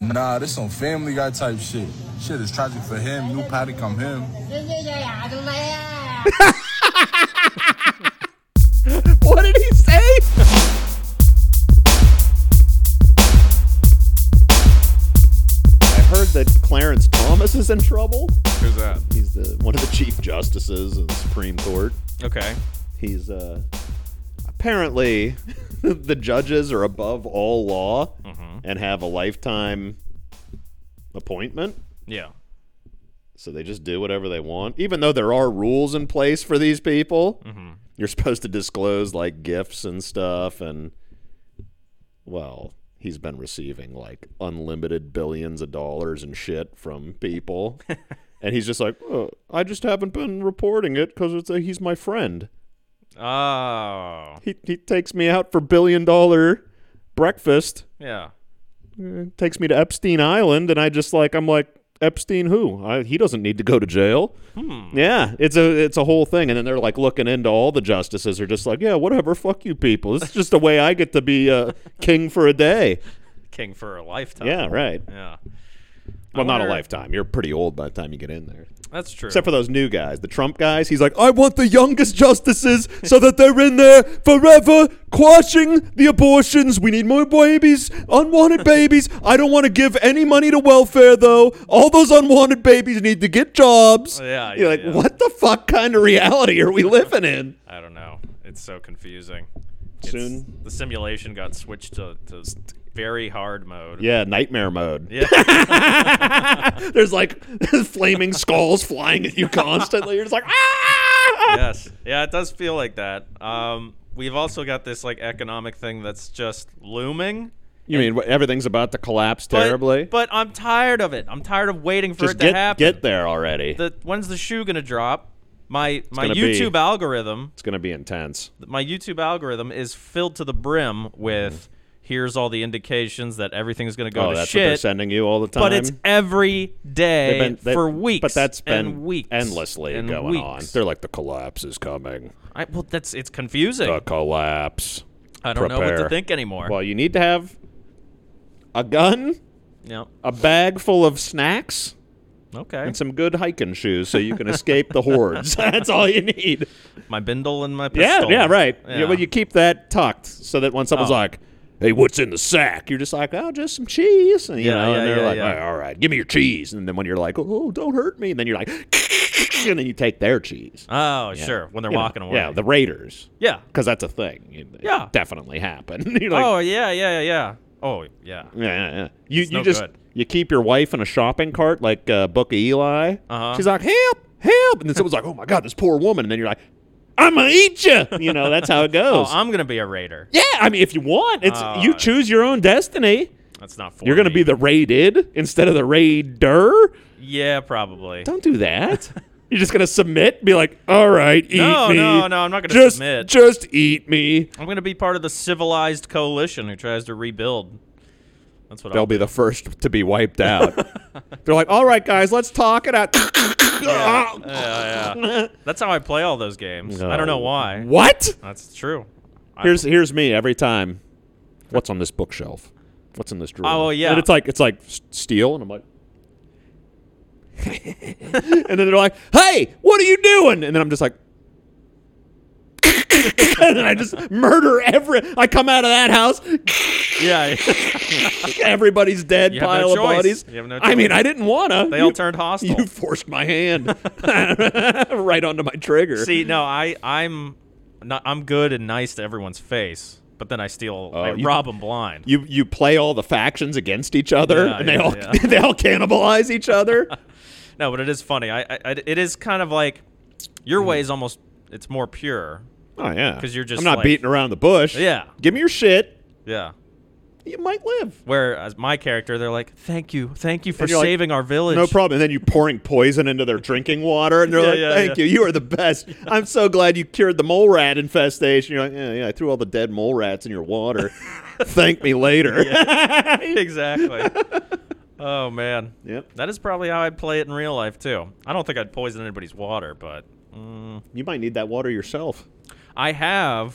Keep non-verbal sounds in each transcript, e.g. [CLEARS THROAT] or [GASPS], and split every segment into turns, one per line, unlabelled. Nah, this some Family Guy type shit. Shit is tragic for him. New paddock on him.
人家叫亚洲妹呀。
[LAUGHS] What did he say?
I heard that Clarence Thomas is in trouble.
Who's that?
He's the one of the chief justices of the Supreme Court.
Okay.
He's uh apparently [LAUGHS] the judges are above all law
Mm-hmm.
and have a lifetime appointment.
Yeah.
So they just do whatever they want, even though there are rules in place for these people. You're supposed to disclose like gifts and stuff, and well, he's been receiving like unlimited billions of dollars and shit from people, and he's just like, oh, I just haven't been reporting it because it's a, he's my friend.
Oh.
He he takes me out for billion dollar breakfast,
Yeah.
takes me to Epstein Island, and I just like I'm like Epstein who? I, he doesn't need to go to jail. Yeah, it's a it's a whole thing, and then they're like looking into all the justices are just like, yeah, whatever, fuck you people. This is just a way I get to be uh, king for a day.
King for a lifetime.
Yeah, right.
Yeah.
Well, not a
wonder-
lifetime. You're pretty old by the time you get in there.
That's true.
Except for those new guys, the Trump guys. He's like, I want the youngest justices so that they're in there forever, quashing the abortions. We need more babies, unwanted babies. I don't want to give any money to welfare, though. All those unwanted babies need to get jobs.
Oh, Yeah,
You're
yeah,
like,
yeah.
what the fuck kind of reality are we living in?
I don't know. It's so confusing.
Soon.
It's, the simulation got switched to, to very hard mode.
Yeah, nightmare mode. [LAUGHS]
Yeah.
There's like [LAUGHS] flaming skulls flying at you constantly. You're just like, ah!
yes. Yeah, it does feel like that. Um, we've also got this like economic thing that's just looming.
You mean what, everything's about to collapse
But-
terribly?
But, I'm tired of it. I'm tired of waiting for
just
it to
get,
happen.
get there already.
the when's the shoe gonna drop? My my
gonna be-
YouTube algorithm,
It's going to be intense.
my YouTube algorithm is filled to the brim with here's all the indications that everything's gonna go
oh,
to
that's what they're
shit.
sending you all the time.
but it's every day
They've been- they-
for weeks.
But that's been
and weeks
endlessly
and
going on.
weeks.
They're like the collapse is coming.
I, well, that's it's confusing.
The collapse.
I don't know what to
prepare.
think anymore.
Well, you need to have a gun,
Yep.
a bag full of snacks,
Okay.
and some good hiking shoes so you can escape the hordes. [LAUGHS] that's all you need.
my bindle and my
Yeah,
pistol.
yeah, right.
Yeah.
Yeah, well, you keep that tucked so that when someone's
Oh.
like, "Hey, what's in the sack?" You're just like, "Oh, just some cheese," and you
Yeah,
know,
yeah,
and they're
yeah,
like,
yeah.
"All right, "All right, give me your cheese," and then when you're like, "Oh, don't hurt me," and then you're like, [LAUGHS] and then you take their cheese.
Oh, sure. When they're
You know,
walking away.
Yeah, the raiders,
yeah.
because that's a thing. It- it
Yeah.
definitely happened. [LAUGHS] you're like,
oh, yeah, yeah, yeah. Oh, yeah.
yeah, yeah, yeah. You, you
no
just
good.
you keep your wife in a shopping cart like uh, Book of Eli.
Uh-huh.
She's like, "Help, help!" And then someone's like, "Oh my God, this poor woman," and then you're like. I'm gonna eat you. You know that's how it
[LAUGHS] Oh,
goes.
I'm gonna be a raider.
Yeah, I mean, if you want, it's you
Uh,
choose your own destiny.
That's not for
You're going to
me.
be the raided instead of the raider.
Yeah, probably.
Don't do that.
[LAUGHS]
You're just going to submit, be like, all right, eat
No,
me.
no, no, I'm not gonna
Just-
submit."
Just eat me.
I'm gonna be part of the civilized coalition who tries to rebuild. That's what
They'll
I'll
be the first to be wiped
[LAUGHS]
out. They're like, all right, guys, let's talk it out.
Yeah, yeah. That's how I play all those games. I don't know why.
[LAUGHS] What?
That's true. I-
Here's here's me every time. What's on this bookshelf? What's in this drawer?
Oh, yeah.
And it's like it's like s- steel, and I'm like, [LAUGHS] and then they're like, "Hey, what are you doing?" And then I'm just like, [LAUGHS] and then I just murder every. I come out of that house, [LAUGHS]
yeah. [LAUGHS]
everybody's dead
You have no
pile of
choice.
bodies.
You have no
I mean,
choice.
I didn't wanna.
They all
You-
turned hostile.
[LAUGHS] You forced my hand [LAUGHS] right onto my trigger.
See, no, I I'm not I'm good and nice to everyone's face, but then I steal I
Oh, you-
rob them blind.
you you play all the factions against each other,
Yeah,
and they
yeah,
all
yeah.
[LAUGHS] they all cannibalize each
[LAUGHS]
other.
no, but it is funny. I, I I- it is kind of like your
Mm.
way is almost it's more pure.
Oh yeah,
'Cause you're just
I'm not
like-
beating around the bush.
Yeah.
give me your shit.
Yeah.
You might live.
Whereas my character, they're like, "Thank you, thank you for
And you're like,
saving our village." [LAUGHS]
No problem. And then you pouring poison into their drinking water, and they're
Yeah,
like,
yeah,
"Thank
yeah.
you. You are the
[LAUGHS]
best. I'm so glad you cured the mole rat infestation." You're like, "Yeah, yeah. I threw all the dead mole rats in your
[LAUGHS]
water. Thank me later."
exactly. oh man.
[LAUGHS] Yep.
That is probably how I'd play it in real life too. I don't think I'd poison anybody's water, but
You might need that water yourself.
I have.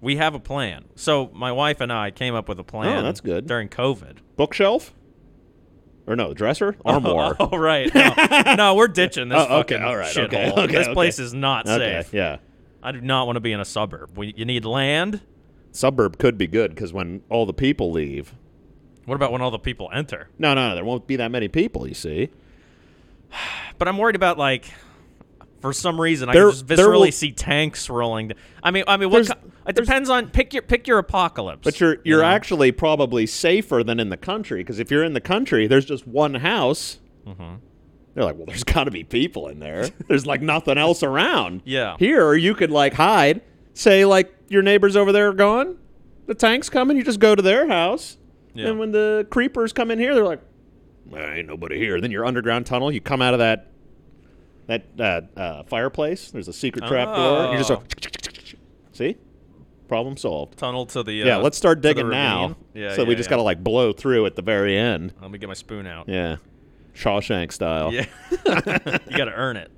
We have a plan. So my wife and I came up with a plan.
Oh, that's good.
During COVID,
Bookshelf. or no, dresser, armoire.
[LAUGHS] Oh, right. No, No, we're ditching this
[LAUGHS] Oh, okay,
fucking
all right,
shithole.
okay, [LAUGHS] okay,
this
okay.
place is not
okay,
safe.
yeah.
I do not want to be in a suburb. We, you need land.
Suburb could be good because when all the people leave,
What about when all the people enter?
no, no, no, there won't be that many people. You see,
But I'm worried about like, for some reason, I
There-
can just
there
viscerally
will-
see tanks rolling. d- I mean, I mean, what?
There's-
co- it depends on pick your pick your apocalypse.
but you're you're
know?
actually probably safer than in the country because if you're in the country, there's just one house.
Mm-hmm.
They're like, well, there's got to be people in there. there's like nothing else around.
[LAUGHS] Yeah.
Here, you could like hide. Say like your neighbors over there are gone, the tank's coming. You just go to their house,
Yeah.
and when the creepers come in here, they're like, there ain't nobody here. Then your underground tunnel, you come out of that that uh, uh, fireplace. There's a secret trap door. You just
Oh.
go, [LAUGHS] see, problem solved.
tunnel to the uh,
yeah, let's start
to the
digging now.
ravine. Yeah,
so we
yeah,
just
yeah.
gotta like blow through at the very end.
Let me get my spoon out.
Yeah, Shawshank style.
Yeah. [LAUGHS] you got to earn it.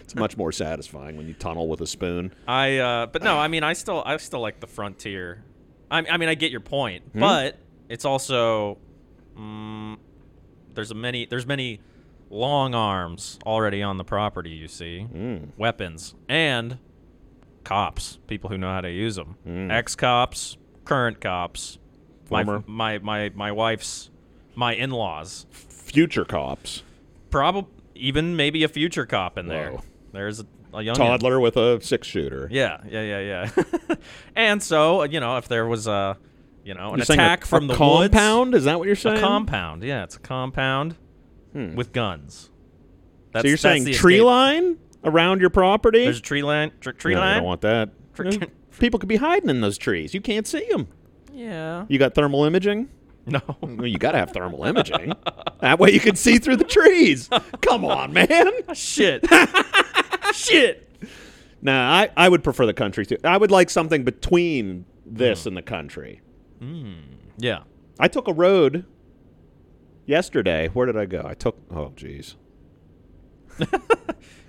It's much more satisfying when you tunnel with a spoon.
I uh but no, I mean I still I still like the frontier. I I mean I get your point,
Hmm?
but it's also mm, there's a many there's many long arms already on the property, you see.
Hmm.
Weapons and cops, people who know how to use them. Ex-cops, current cops,
Hmm. Former.
my my my my wife's my in-laws.
Future cops,
Probably even maybe a future cop in there.
Whoa.
There's a, a young
toddler with a six shooter.
Oh, yeah, yeah, yeah, yeah. [LAUGHS] and so, uh, you know, if there was a, you know, an
You're saying a-
attack
a
from the
compound. Is that what you're saying?
woods, a compound. Yeah, it's a compound with guns. That's,
so you're
that's
saying
the
tree
escape.
line around your property?
There's a tree line. Tr- tree
no, you
line.
don't want that.
Frick-
People could be hiding in those trees. You can't see them.
[LAUGHS] yeah.
You got thermal imaging?
[LAUGHS] No.
Well, you got to have thermal
[LAUGHS]
imaging. that way you can see through the trees. Come on, man.
Shit. [LAUGHS] Shit.
Nah, I, I would prefer the country too. I would like something between this
Mm-hmm.
and the country.
Yeah.
I took a road yesterday. Where did I go? I took oh jeez.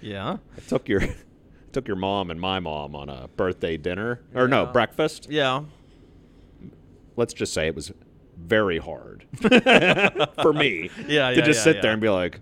Yeah.
I took your [LAUGHS] took your mom and my mom on a birthday dinner or no,
Yeah.
breakfast.
Yeah.
Let's just say it was very
[LAUGHS]
hard for me
Yeah,
to
yeah,
just
yeah,
sit
yeah.
there and be like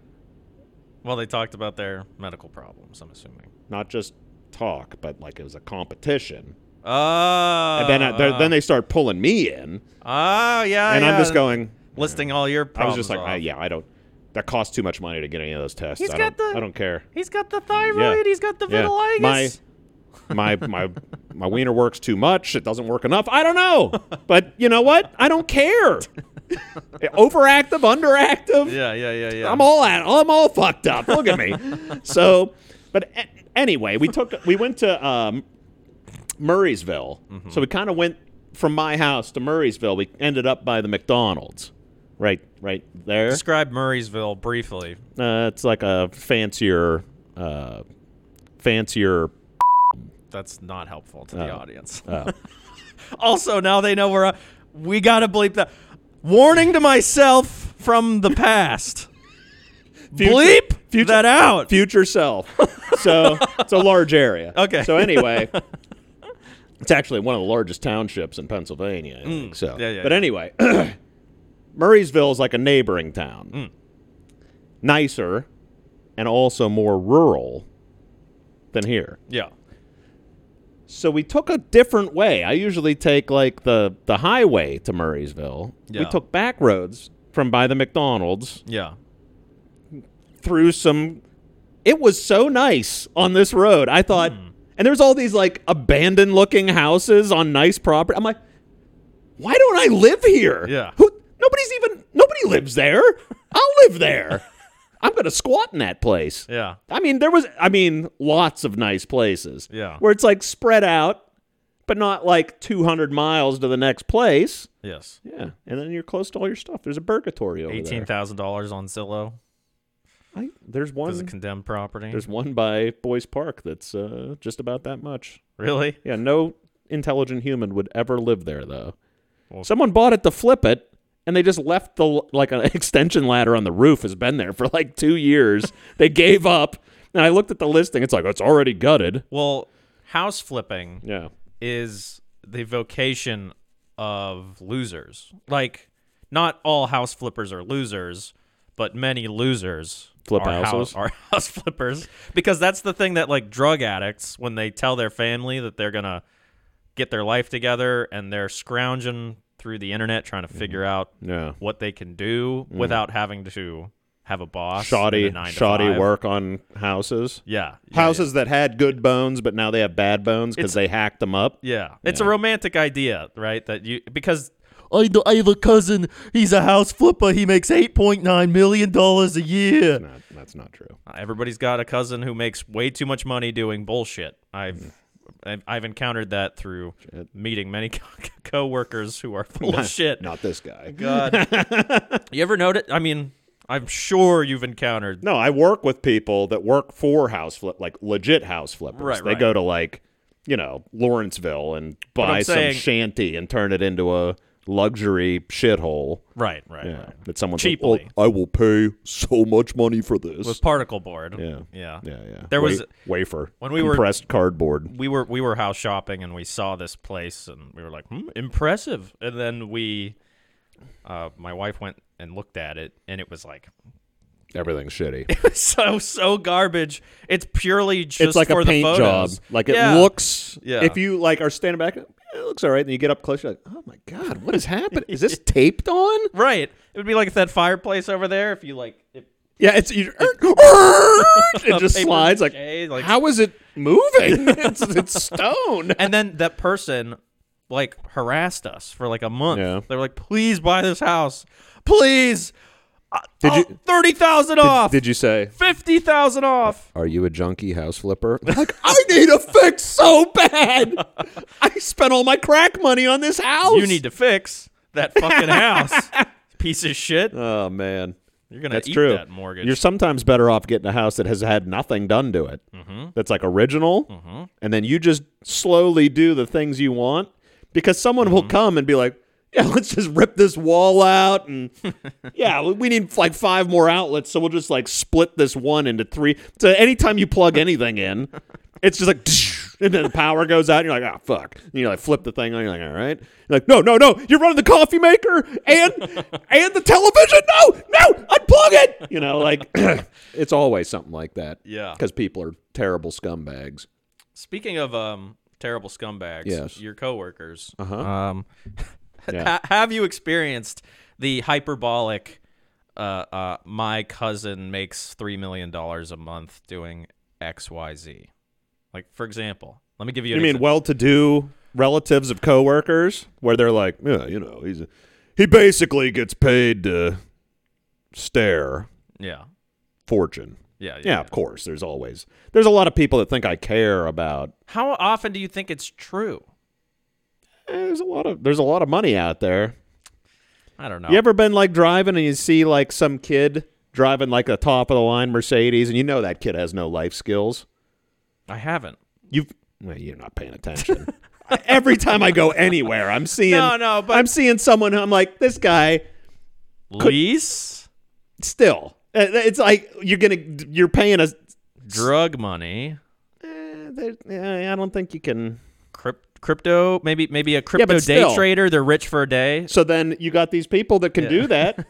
Well, they talked about their medical problems, I'm assuming.
not just talk, but like it was a competition.
Oh.
and then I, they're- then they start pulling me in,
Oh, yeah.
and
yeah.
I'm just going.
Listing all your
I
problems.
was just like,
off.
I, yeah, I don't. That costs too much money to get any of those tests.
He's
I,
got
don't,
the-
I don't care.
He's got the thyroid. He's got the
Yeah.
vitiligo.
My my my my wiener works too much. It doesn't work enough. I don't know, but you know what? I don't
[LAUGHS]
care. Overactive, underactive.
Yeah, yeah, yeah, yeah.
I'm all at. I'm all fucked up. Look at me. so, but a- anyway, we took we went to um, Murraysville.
Mm-hmm.
So we kind of went from my house to Murraysville. We ended up by the McDonald's, right, right there.
Describe Murraysville briefly.
Uh, it's like a fancier, uh, fancier.
That's not helpful to the audience.
Uh,
[LAUGHS] also, now they know we're. Uh, we gotta bleep that. Warning to myself from the past.
[LAUGHS] Future-
bleep that out.
future self. [LAUGHS] So it's a large area.
Okay.
So anyway, it's actually one of the largest townships in Pennsylvania. I think, so,
Mm. Yeah, yeah,
but
yeah.
anyway, [CLEARS THROAT] Murraysville is like a neighboring town,
Mm.
nicer, and also more rural than here.
yeah.
So we took a different way. I usually take like the the highway to Murraysville. We
Yeah.
took back roads from by the McDonald's
Yeah.
through some it was so nice on this road i thought
Hmm.
and there's all these like abandoned looking houses on nice property i'm like why don't i live here
Yeah.
who nobody's even nobody lives there i'll live
[LAUGHS]
there i'm gonna squat in that place
Yeah.
i mean there was i mean lots of nice places
Yeah.
where it's like spread out but not like 200 miles to the next place
Yes.
yeah and then you're close to all your stuff there's a purgatory over
Eighteen
there
thousand dollars on Zillow.
I, there's one
This is a condemned property.
There's one by Boys Park that's uh, just about that much.
really?
Yeah, no intelligent human would ever live there though.
Well-
Someone bought it to flip it, and they just left the l- like an [LAUGHS] extension ladder on the roof has been there for like two [LAUGHS] years. they gave up, and I looked at the listing. It's like it's already gutted.
Well, house flipping.
Yeah,
is the vocation of losers. Like, not all house flippers are losers, but many losers
Flip
are
houses?
house, are [LAUGHS] house flippers because that's the thing that like drug addicts when they tell their family that they're gonna get their life together and they're scrounging through the internet trying to figure out
Mm-hmm. Yeah. Mm.
what they can do without having to have a boss and a
Shoddy,
nine to
shoddy
five.
work on houses.
yeah yeah,
Houses that had good bones, but now they have bad bones because they hacked them up.
yeah it's a romantic idea right that you because
I, d- I have a cousin. He's a house flipper. He makes $8.9 million a year.
Not- that's not true.
Uh, Everybody's got a cousin who makes way too much money doing bullshit.
Mm.
I've I've, I've encountered that through meeting many [LAUGHS] co- coworkers who are full of Oh,
[LAUGHS]
shit.
Not this guy.
God,
[LAUGHS]
you ever notice? I mean, I'm sure you've encountered.
No, I work with people that work for house flip, like legit house flippers.
Right,
they
right.
go to like, you know, Lawrenceville and buy
I'm
some
saying-
shanty and turn it into a luxury shithole.
Right, right,
Yeah,
right.
that someone's
Cheaply.
Like, "Oh, I will pay so much money for this.
With particle board.
yeah,
yeah,
yeah, yeah.
There
Wa-
was-
wafer
when we were-
compressed cardboard.
we were we were house shopping and we saw this place and we were like, hmm, impressive. And then we, uh, my wife went and looked at it and it was like [LAUGHS]
Everything's shitty.
so so garbage. It's purely just
it's like
for
a paint
the
job.
photos.
Like it
Yeah.
looks.
Yeah.
If you like are standing back, it looks all right. And you get up close, you're like, oh my god, what is happening? Is
[LAUGHS]
this taped on?
Right. It would be like that fireplace over there if you like if
Yeah, it's you, [LAUGHS] it
A
just
paper
slides like,
mache, like-
how is it moving? [LAUGHS] it's, it's stone.
and then that person like harassed us for like a month.
Yeah.
They were like, "Please buy this house. Please.
[LAUGHS] Did
Did
you-
30,000 off.
Did you say?
50,000 off."
Are you a junkie house flipper? [LAUGHS] Like I need a fix so bad. I spent all my crack money on this house.
You need to fix that fucking house. Piece of shit.
Oh man,
You're going
that's
to eat
true.
that mortgage.
You're sometimes better off getting a house that has had nothing done to it.
Mm-hmm.
That's like original, and then you just slowly do the things you want because someone
Mm-hmm.
will come and be like, "Yeah, [LAUGHS] let's just rip this wall out,"
[LAUGHS]
and yeah, we- we need like five more outlets, so we'll just like split this one into three. So anytime you plug anything in, it's just like. [LAUGHS] And then the power goes out, and you're like, oh, fuck. And you like flip the thing on, you're like, all right. You're like, no, no, no, you're running the coffee maker and and the television. No, no, unplug it. You know, like, [CLEARS THROAT] it's always something like that.
Yeah.
Because people are terrible scumbags.
Speaking of um terrible scumbags,
Yes.
your coworkers.
Uh-huh.
Um
[LAUGHS] Yeah.
ha- have you experienced the hyperbolic uh, uh, my cousin makes three million dollars a month doing XYZ? Like for example, let me give you
You
an
mean
example.
well-to-do relatives of coworkers, where they're like, yeah, you know, he's a, he basically gets paid to stare
yeah.
fortune.
Yeah, yeah,
Yeah, of course. There's always there's a lot of people that think I care about.
How often do you think it's true?
eh, There's a lot of there's a lot of money out there.
I don't know.
You ever been like driving and you see like some kid driving like a top of the line Mercedes and you know that kid has no life skills.
I haven't.
You've well, you're not paying
[LAUGHS]
attention. Every time I go anywhere, I'm seeing
No, no, but-
I'm seeing someone who I'm like this guy
Lease,
still. eh, It's like you're going to you're paying us
drug money,
I don't think you can
crypt- crypto, maybe maybe a crypto
but
day
still.
trader. They're rich for a day.
So then you got these people that can do
[LAUGHS]
that.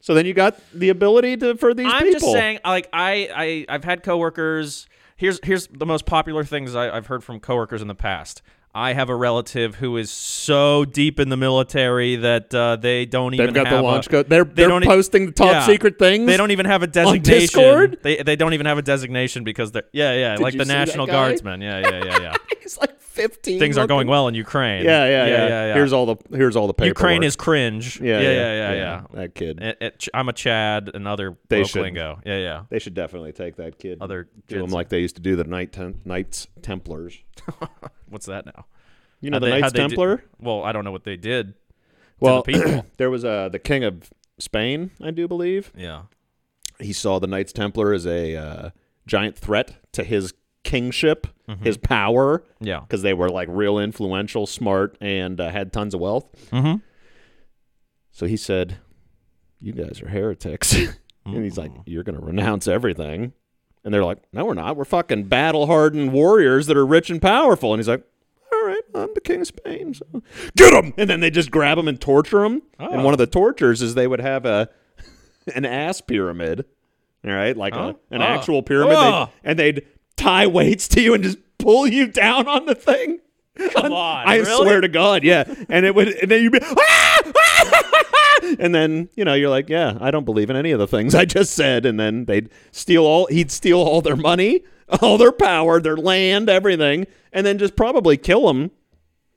so then you got the ability to for these
I'm
people.
just saying, like I, I, I've had coworkers. Here's here's the most popular things I, I've heard from coworkers in the past. I have a relative who is so deep in the military that uh, they don't
They've
even
got
have
the launch
a,
code. They're
they
ththey are
don't e-
posting the top
yeah.
secret things. [LAUGHS]
They don't even have a designation.
Discord?
They they don't even have a designation because they're yeah yeah like
you
the
see that
National
guy?
Guardsmen. Yeah yeah
[LAUGHS]
yeah yeah.
He's like fifteen.
Things are
looking-
going well in Ukraine.
Yeah, yeah, yeah,
yeah.
Here's all the here's all the paperwork.
Ukraine is cringe.
Yeah,
yeah, yeah, yeah. yeah.
That kid.
It- it- I'm a Chad, another
They
local
should.
lingo. Yeah, yeah.
they should definitely take that kid.
Other
and do him
kids.
like they used to do the Knight Tem- Knights Templars.
What's that now?
You know
How'd
the
they-
Knights
how'd they do-
Templar.
well, I don't know what they did.
well,
people.
[CLEARS THROAT] there was uh, the King of Spain, I do believe.
Yeah.
he saw the Knights Templar as a uh, giant threat to his kingship,
Mm-hmm.
his power.
Yeah.
because they were like real influential, smart, and uh, had tons of wealth.
Mm-hmm.
So he said, "You guys are heretics," [LAUGHS] and he's like,
Mm.
"You're going to renounce everything." And they're like, "No, we're not. We're fucking battle hardened warriors that are rich and powerful." And he's like, "All right, I'm the king of Spain. So. Get him! And then they just grab him and torture him. And one of the tortures is they would have a [LAUGHS] an ass pyramid, all right, like
Huh?
a, an
Oh.
actual pyramid, They'd-
Oh.
and they'd tie weights to you and just pull you down on the thing.
Come on,
I
really?
swear to God, yeah. And it would, and then you'd be, "Ah! Ah!" and then you know you're like, yeah, I don't believe in any of the things I just said. And then they'd steal all, he'd steal all their money, [LAUGHS] all their power, their land, everything, and then just probably kill them.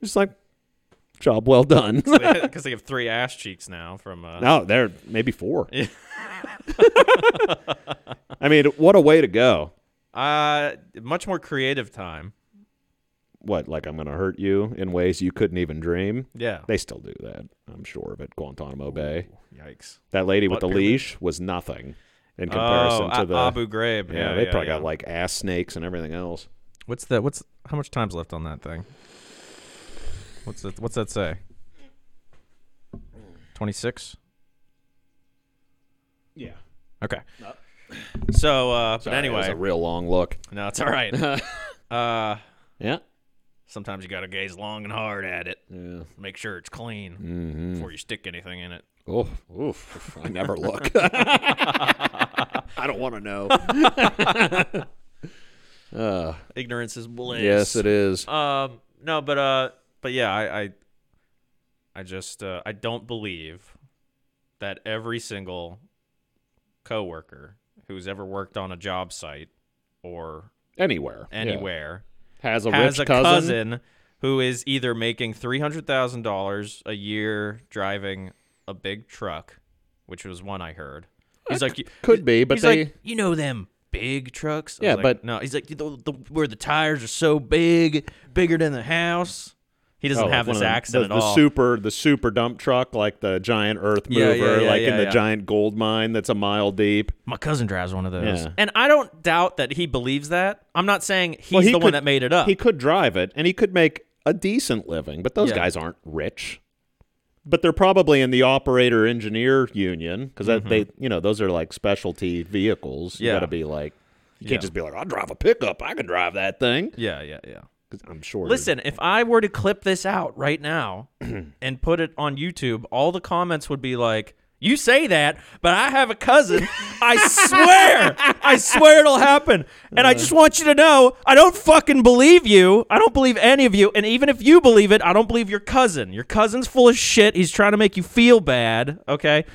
Just like, job well done. [LAUGHS]
because [LAUGHS] they have three ass cheeks now from uh,
No, they're maybe four. [LAUGHS] I mean, what a way to go.
uh much more creative time.
What, like I'm going to hurt you in ways you couldn't even dream?
Yeah.
They still do that, I'm sure, of it, Guantanamo Bay.
Yikes.
That lady with
Butt
the
pyramid.
leash was nothing in comparison
oh,
to
A-
the.
Abu Ghraib.
yeah,
Yeah,
they
yeah,
probably
yeah.
got like ass snakes and everything else.
What's the what's how much time's left on that thing? What's that what's that say? Twenty six?
Yeah.
Okay. So uh but
Anyway,
anyway.
a real long look.
no, it's all right. uh
Yeah.
sometimes you gotta gaze long and hard at it.
Yeah.
Make sure it's clean before you stick anything in it.
Oh, oof. I never look. [LAUGHS] I don't want to know. uh,
Ignorance is bliss.
yes, it is.
Um, no, but uh, but yeah, I, I, I just uh, I don't believe that every single coworker who's ever worked on a job site or
Anywhere. yeah.
anywhere
Has a
has
rich
a cousin. who is either making three hundred thousand dollars a year driving a big truck, which was one I heard. He's like,
Could be, but
he's
they.
like, you know them big trucks. I
Yeah,
was like,
but-
no, he's like the, the, where the tires are so big, bigger than the house. He doesn't
oh,
have
one
this
of them-
accent
the,
at
the
all.
super, the super dump truck, like the giant earth
Yeah,
mover,
yeah, yeah,
like
yeah,
in the
yeah.
giant gold mine that's a mile deep.
My cousin drives one of those,
Yeah.
and I don't doubt that he believes that. I'm not saying he's
Well, he
the one
could-
that made it up.
He could drive it, and he could make a decent living, but those
Yeah.
guys aren't rich. But they're probably in the operator engineer union because they, you know, those are like specialty vehicles. You
Mm-hmm.
got
Yeah.
to be like, you can't
Yeah.
just be like, I'll drive a pickup. I can drive that thing.
yeah, yeah, yeah.
'Cause I'm sure.
Listen, if I were to clip this out right now and put it on YouTube, all the comments would be like, "You say that, but I have a cousin. I swear, I swear it'll happen." And I just want you to know, I don't fucking believe you. I don't believe any of you. And even if you believe it, I don't believe your cousin. Your cousin's full of shit. He's trying to make you feel bad. Okay.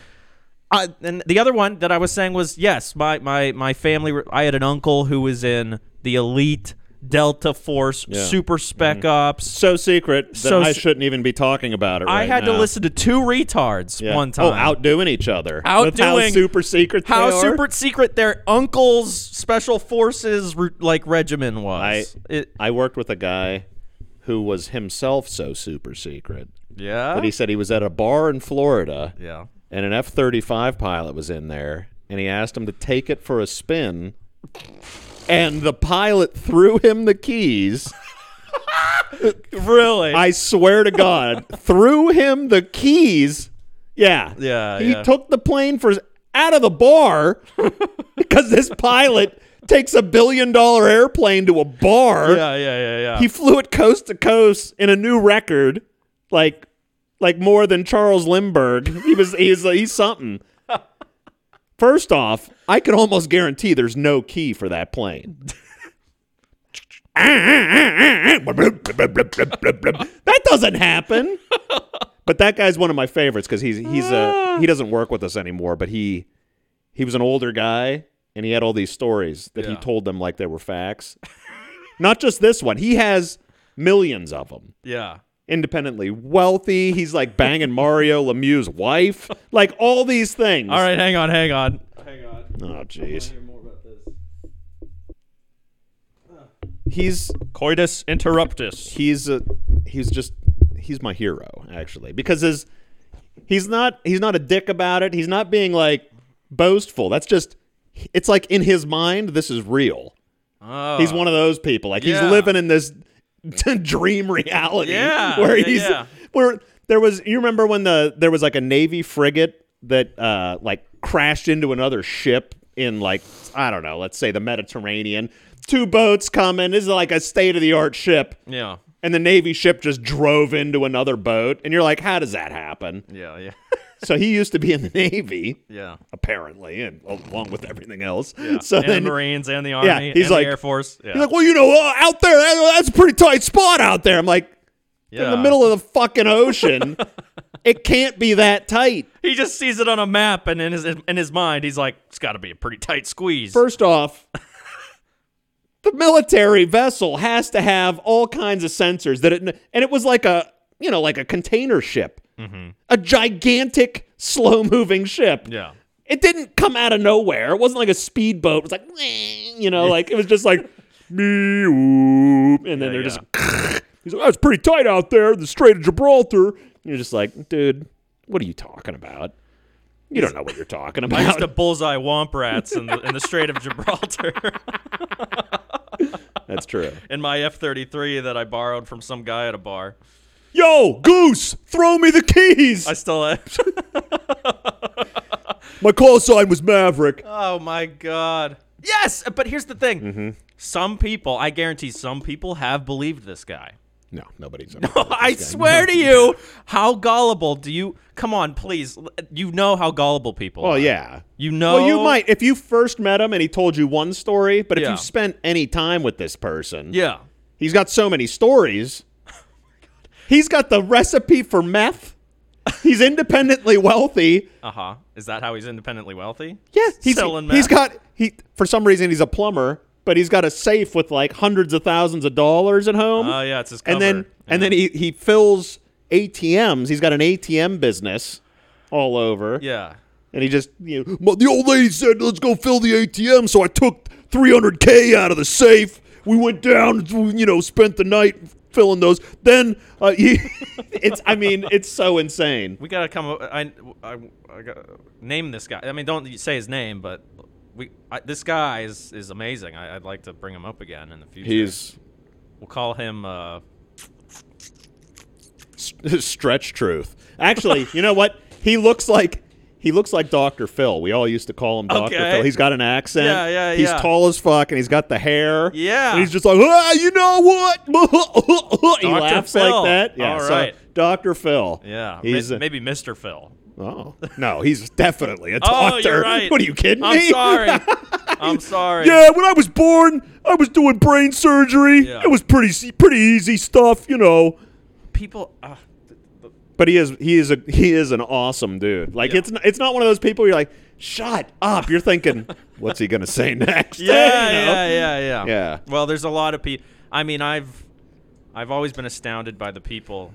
I, and the other one that I was saying was yes, my my my family. I had an uncle who was in the elite Delta Force Super Spec
Mm-hmm.
Ops.
so secret that
So
I
s-
shouldn't even be talking about it.
I
right
had to
now.
listen to two retards
Yeah.
one time.
Oh, outdoing each other. With how
Outdoing-
super secret.
How
they are.
super secret their uncle's special forces re- like regimen
I
was. It-
I worked with a guy who was himself so super secret
yeah.
that he said he was at a bar in Florida
yeah.
and an F thirty five pilot was in there and he asked him to take it for a spin and the pilot threw him the keys.
Really?
I swear to
[LAUGHS]
God, threw him the keys. Yeah.
Yeah,
He
yeah.
took the plane for out of the
[LAUGHS]
bar because this pilot takes a billion dollar airplane to a bar.
yeah, yeah, yeah, yeah.
He flew it coast to coast in a new record, like like more than Charles Lindbergh. He was he's he's something.
[LAUGHS]
First off, I can almost guarantee there's no key for that plane. that doesn't happen. But that guy's one of my favorites because he's he's
Ah.
a he doesn't work with us anymore, but he he was an older guy and he had all these stories that he
Yeah.
told them like they were facts. Not just this one. He has millions of them.
yeah.
Independently wealthy. He's like banging Mario Lemieux's wife. Like all these things.
All right, hang on, hang on. Hang on.
Oh jeez. He's
Coitus interruptus.
he's a he's just he's my hero actually because his he's not he's not a dick about it. He's not being like boastful. That's just it's like in his mind this is real.
Oh.
He's one of those people. Like
Yeah.
he's living in this [LAUGHS] dream reality. [LAUGHS]
Yeah,
Where
yeah,
he's
yeah.
where there was you remember when the there was like a Navy frigate that uh like crashed into another ship in like I don't know, let's say the Mediterranean. Two boats coming. This is like a state of the art ship.
Yeah.
and the Navy ship just drove into another boat. And you're like, how does that happen?
Yeah, [LAUGHS] yeah,
So he used to be in the [LAUGHS] Navy,
yeah.
apparently, and along with everything else. So
And the
then
Marines and the Army
he's
and
like-
the Air Force. Yeah.
he's like, well, you know, uh, out there, that- that's a pretty tight spot out there. I'm like,
yeah.
in the middle of the fucking
[LAUGHS]
ocean. it can't be that tight.
He just sees it on a map, and in his in his mind, he's like, "It's got to be a pretty tight squeeze."
First off, the military vessel has to have all kinds of sensors that it and it was like a you know like a container ship, a gigantic slow moving ship.
Mm-hmm. yeah.
It didn't come out of nowhere. It wasn't like a speedboat. It was like "Wah," you know like it was just like [LAUGHS] meow, and then
Yeah,
they're
yeah.
just he's like [LAUGHS] oh, it's pretty tight out there the Strait of Gibraltar. And you're just like dude, what are you talking about? You don't know what you're talking
I used to
about.
bullseye womp rats in the, in the Strait of Gibraltar
[LAUGHS]
[LAUGHS]
That's true.
in my F thirty three that I borrowed from some guy at a bar.
[LAUGHS] Yo, Goose, throw me the keys.
I still have. [LAUGHS]
My call sign was Maverick.
oh my god. Yes, but here's the thing.
Mm-hmm.
Some people, I guarantee, some people have believed this guy.
No, [LAUGHS] nobody's.
I
[LAUGHS]
swear to you, how gullible do you? Come on, please. L- You know how gullible people.
Well,
are.
Oh, yeah.
You know.
Well, you might if you first met him and he told you one story, but if
Yeah.
you spent any time with this person,
Yeah.
he's got so many stories. He's got the recipe for meth. He's independently
[LAUGHS]
wealthy.
Uh huh. Is that how he's independently wealthy?
Yeah, he's
Selling
he's
meth.
got he for some reason he's a plumber, but he's got a safe with like hundreds of thousands of dollars at home.
Oh yeah, it's his cover.
and then and then he he fills ATMs. He's got an ATM business all over.
yeah,
And he just you know, "Well, the old lady said, "Let's go fill the ATM," so I took 300k out of the safe. We went down, you know, spent the night filling those. Then uh, he, [LAUGHS] it's I mean, it's so insane.
we gotta come. up- I, I, I gotta name this guy. I mean, don't you say his name, but we I, this guy is is amazing. I, I'd like to bring him up again in the future. We'll call him. Uh,
[LAUGHS] stretch truth. Actually, you know what? He looks like he looks like Dr. Phil. We all used to call him Dr.
Okay.
Phil. He's got an accent.
Yeah, yeah,
He's
yeah.
tall as fuck and he's got the hair.
Yeah.
And he's just like, ah, you know [LAUGHS] what? he
Dr.
laughs
Phil.
like that. Yeah.
All
so,
right.
Dr. Phil.
yeah, ma-
He's a-
maybe Mr. Phil.
Oh. No, he's definitely a
[LAUGHS] Oh,
doctor. [LAUGHS]
you're right.
What are you kidding
I'm
me?
sorry. I'm
[LAUGHS]
sorry.
Yeah, when I was born, I was doing brain surgery.
Yeah.
It was pretty pretty easy stuff, you know.
People. Uh,
But he is he is a he is an awesome dude. Like
Yeah.
it's not, it's not one of those people you're like, shut up. You're thinking, [LAUGHS] what's he gonna say next? [LAUGHS]
yeah,
You know?
yeah, yeah, yeah.
Yeah.
Well, there's a lot of people. I mean, I've I've always been astounded by the people.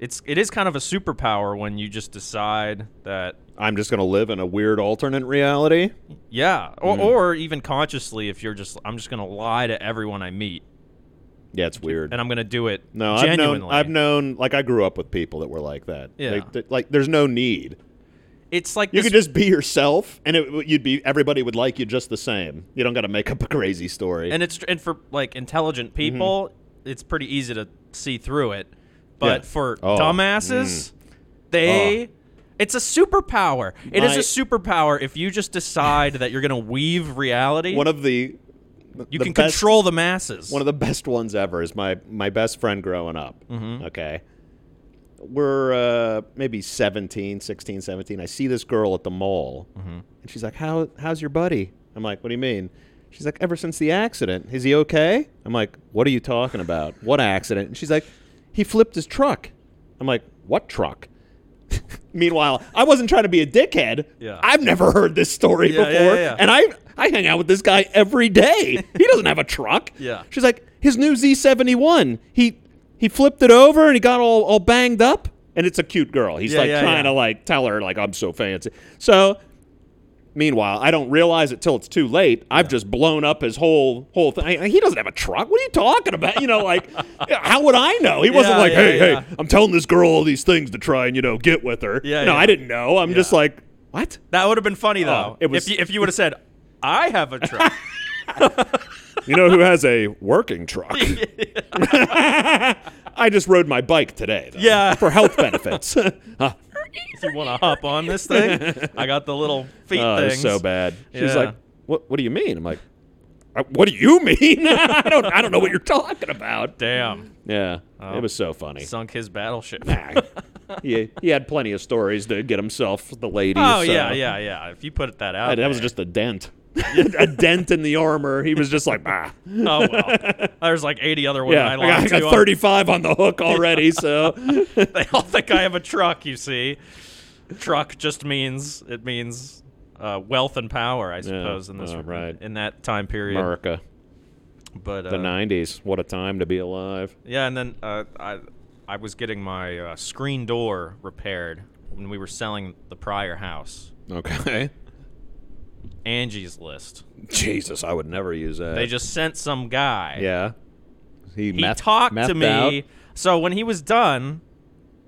It's it is kind of a superpower when you just decide that
I'm just gonna live in a weird alternate reality.
yeah, or,
Mm-hmm.
or even consciously if you're just I'm just gonna lie to everyone I meet
Yeah, it's weird.
and I'm gonna do it
no, I've
genuinely.
known I've known like I grew up with people that were like that.
Yeah.
They- they- like there's no need.
it's like
You
this-
could just be yourself, and it, you'd be everybody would like you just the same. You don't got to make up a crazy story.
and it's and for like
Mm-hmm.
intelligent people, it's pretty easy to see through it. But
Yeah.
for
Oh,
dumbasses, they it's a superpower. It is
My-
a superpower if you just decide that you're going to weave reality.
one of the
you
the
can
best-
control the masses.
one of the best ones ever is my my best friend growing up.
Mm-hmm.
Okay, we're uh, maybe 17, 16, 17. I see this girl at the mall,
Mm-hmm.
and she's like, "How how's your buddy?" I'm like, "What do you mean?" She's like, "Ever since the accident, is he okay?" I'm like, "What are you talking about? What accident?" And she's like, "He flipped his truck." I'm like, "What truck?" [LAUGHS] Meanwhile, I wasn't trying to be a dickhead.
Yeah.
I've never heard this story
Yeah, yeah,
before,
yeah.
[LAUGHS] and I I hang out with this guy every day. He doesn't have a truck.
Yeah.
She's like, his new Z71. He he flipped it over and he got all, all banged up. And it's a cute girl. He's
Yeah,
like
yeah,
trying
yeah.
to like tell her like I'm so fancy. So meanwhile, I don't realize it till it's too late. I've just blown up his whole whole thing. I- He doesn't have a truck. What are you talking about? You know, like [LAUGHS] how would I know? He wasn't
Yeah,
like,
yeah,
hey,
yeah.
hey, I'm telling this girl all these things to try and you know get with her.
Yeah,
no,
yeah.
I didn't know. I'm just like, what?
that would have been funny though.
Oh, it was-
if you, if you would have said, "I have a truck."
You know who has a working
[LAUGHS]
truck? [LAUGHS] I just rode my bike today. though,
Yeah.
For health
[LAUGHS]
benefits. oh,
if you want to hop on
[LAUGHS]
this thing, I got the little feet
it was
things.
Oh, so bad. She's
Yeah.
like, what, what do you mean? I'm like, I- what do you mean? [LAUGHS] I don't. I don't know what you're talking about.
Damn.
Yeah,
Oh.
it was so funny.
Sunk his battleship.
Nah. [LAUGHS] he, he had plenty of stories to get himself the ladies.
Oh
so-
yeah, yeah, yeah. If you put that out,
That- That was just a
[LAUGHS]
dent. a dent in the armor. He was just like, ah.
oh
[LAUGHS]
well. There's like 80 other women
Yeah, I
I
got,
lied
I
to.
got
on-
35 on the hook already,
[LAUGHS]
so
They all think I have a truck. You see, truck just means it means uh, wealth and power, I suppose, in this
oh, right.
in that time period.
America,
But uh,
the 90s. What a time to be alive.
Yeah, and then uh, I I was getting my uh, screen door repaired when we were selling the prior house.
Okay.
Angie's List.
[LAUGHS] Jesus, I would never use that.
They just sent some guy.
yeah. He,
He
meth-
talked to
methed
me.
out.
So when he was done,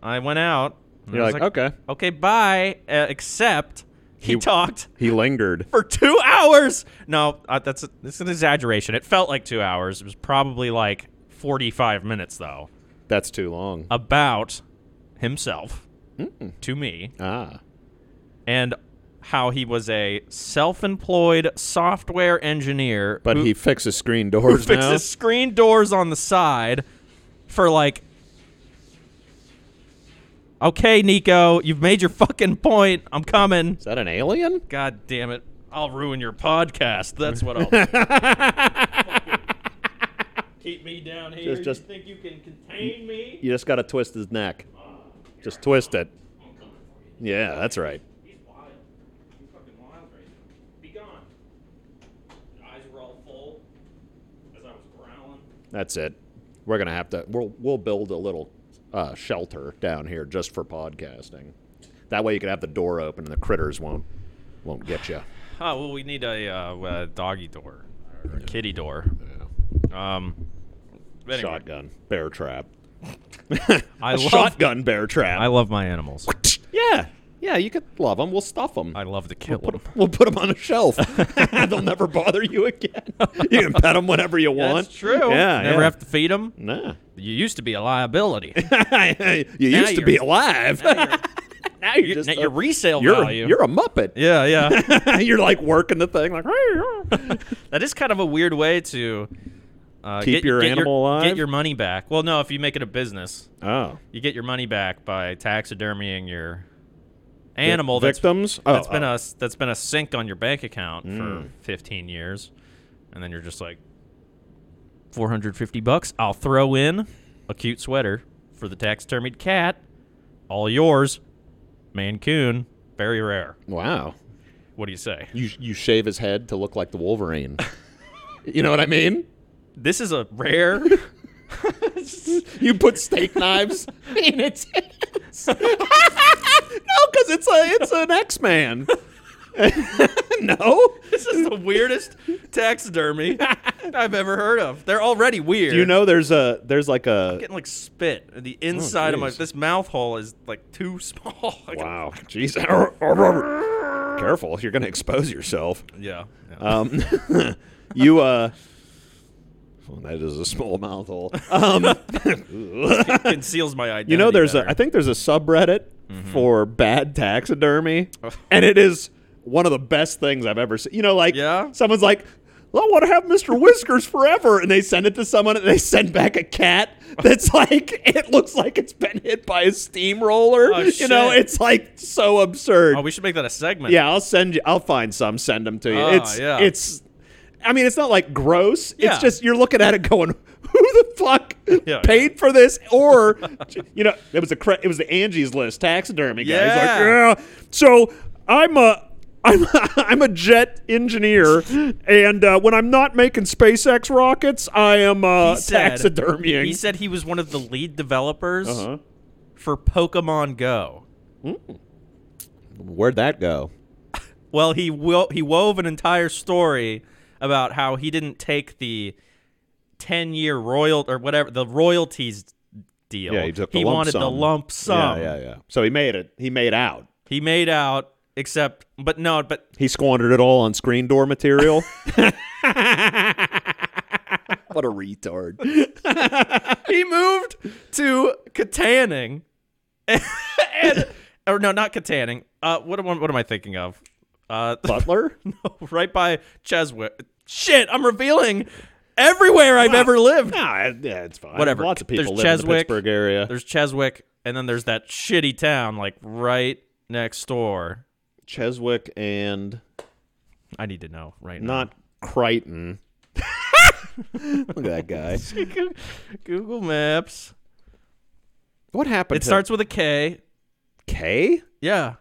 I went out. and I
You're
was
like, okay.
Okay, bye. Uh, except he,
He-
talked
He lingered.
for two hours. No, uh, that's, a, that's an exaggeration. It felt like two hours. It was probably like 45 minutes, though,
That's too long.
about himself to me.
ah.
and how he was a self-employed software engineer,
But
who
he fixes screen doors
fixes
now.
screen doors on the side for like. Okay, Nico, you've made your fucking point. I'm coming.
Is that an alien?
God damn it! I'll ruin your podcast.
[LAUGHS]
That's what I'll. do. Keep me down here.
Just- just-
you think you can contain me?
You just got to twist his neck. Just twist it. Yeah, that's right.
He's wild. He's fucking wild right now. Be gone. His eyes were all full as I was growling.
That's it. We're gonna have to. We'll we'll build a little uh, shelter down here just for podcasting. That way you can have the door open and the critters won't won't get you.
Oh well, we need a uh, uh, doggy door or a kitty door. Um, but anyway,
Shotgun bear trap.
[LAUGHS] I
A
love
shotgun bear
I
trap.
love my animals.
yeah, yeah. You could love them. We'll stuff them.
I love to kill
Put 'em-
them.
we'll put them on a shelf. [LAUGHS] They'll never bother you again. [LAUGHS] You can pet them whenever you want.
That's true.
Yeah.
Never
yeah.
have to feed them.
Nah. [LAUGHS]
You used to be a liability.
you
Now
used to
you're-
be alive. [LAUGHS]
now you're,
just a-
your resale
you're, a,
value.
you're a muppet.
[LAUGHS] yeah,
[LAUGHS]
yeah.
you're like working the thing like [LAUGHS]
That is kind of a weird way to uh,
Keep
get,
your
get
animal alive?
Get your money back. Well, no, if you make it a business,
oh
you get your money back by taxidermying your animal that's,
victims
that's
oh,
been
oh. Hmm.
a that's been a sink on your bank account for 15 years, and then you're just like 450 bucks. I'll throw in a cute sweater for the taxidermied cat. All yours, Mancoon. Very rare.
wow
What do you say?
you you shave his head to look like the
[LAUGHS]
Wolverine you know what I mean
This is a rare. [LAUGHS]
you put steak knives in its hands. [LAUGHS] no because it's a it's an X Man [LAUGHS] no
This is the weirdest
[LAUGHS]
taxidermy I've ever heard of. They're already weird.
do you know there's a there's like a
getting like spit in the inside of my
jeez.
this mouth hole is like too [LAUGHS] small. I can-
wow jeez [LAUGHS] careful you're gonna expose yourself [LAUGHS]
yeah. yeah.
Um, you uh, well, that is a small mouth hole. Um,
It conceals my identity.
you know, there's
better. Mm-hmm.
a I think there's a subreddit for bad
[LAUGHS]
taxidermy, and it is one of the best things I've ever seen. You know, like
Yeah?
someone's like. "Well, I want to have Mr. Whiskers forever, and they send it to someone, and they send back a
[LAUGHS]
cat that's like it looks like it's been hit by a steamroller.
Oh,
you know,
shit.
it's like so absurd.
Oh, we should make that a segment.
[LAUGHS] Yeah, I'll send you. I'll find some. Send them to you.
Ah,
it's
yeah.
it's. I mean, it's not like gross.
Yeah.
It's just you're looking at it going, [LAUGHS] "Who the fuck
Yeah.
paid for this?" Or [LAUGHS] you know, it was a cre- it was the Angie's List taxidermy guy. He's like,
Yeah.
"Yeah, so I'm a. [LAUGHS] I'm I'm a jet engineer, and uh, when I'm not making SpaceX rockets, I am uh,
He said,
taxidermying.
He said he was one of the lead developers
Uh-huh.
for Pokemon Go.
"Where'd that go?"
Well, he wo- he wove an entire story about how he didn't take the ten year royal or whatever the royalties deal.
Yeah, he took the lump
wanted the
sum.
lump sum.
yeah, yeah, yeah. So he made it. He made out.
He made out, except but no, but
He squandered it all on screen door [LAUGHS] material. what a retard.
he moved to Katanning, [LAUGHS] and or no,
[LAUGHS]
not Katanning. Uh, [LAUGHS] what am I, what am I thinking of? Uh,
Butler?
right by Cheswick, shit, I'm revealing everywhere I've ever lived.
Nah, it- yeah, it's fine.
Whatever.
Lots of
There's
people live in the
Cheswick.
Pittsburgh area.
There's Cheswick, and then there's that shitty town like right next door.
Cheswick and
I need to know right now.
not Crichton. [LAUGHS] Look at that guy. [LAUGHS]
Google Maps.
What happened?
it
to
starts with a K.
K.
Yeah.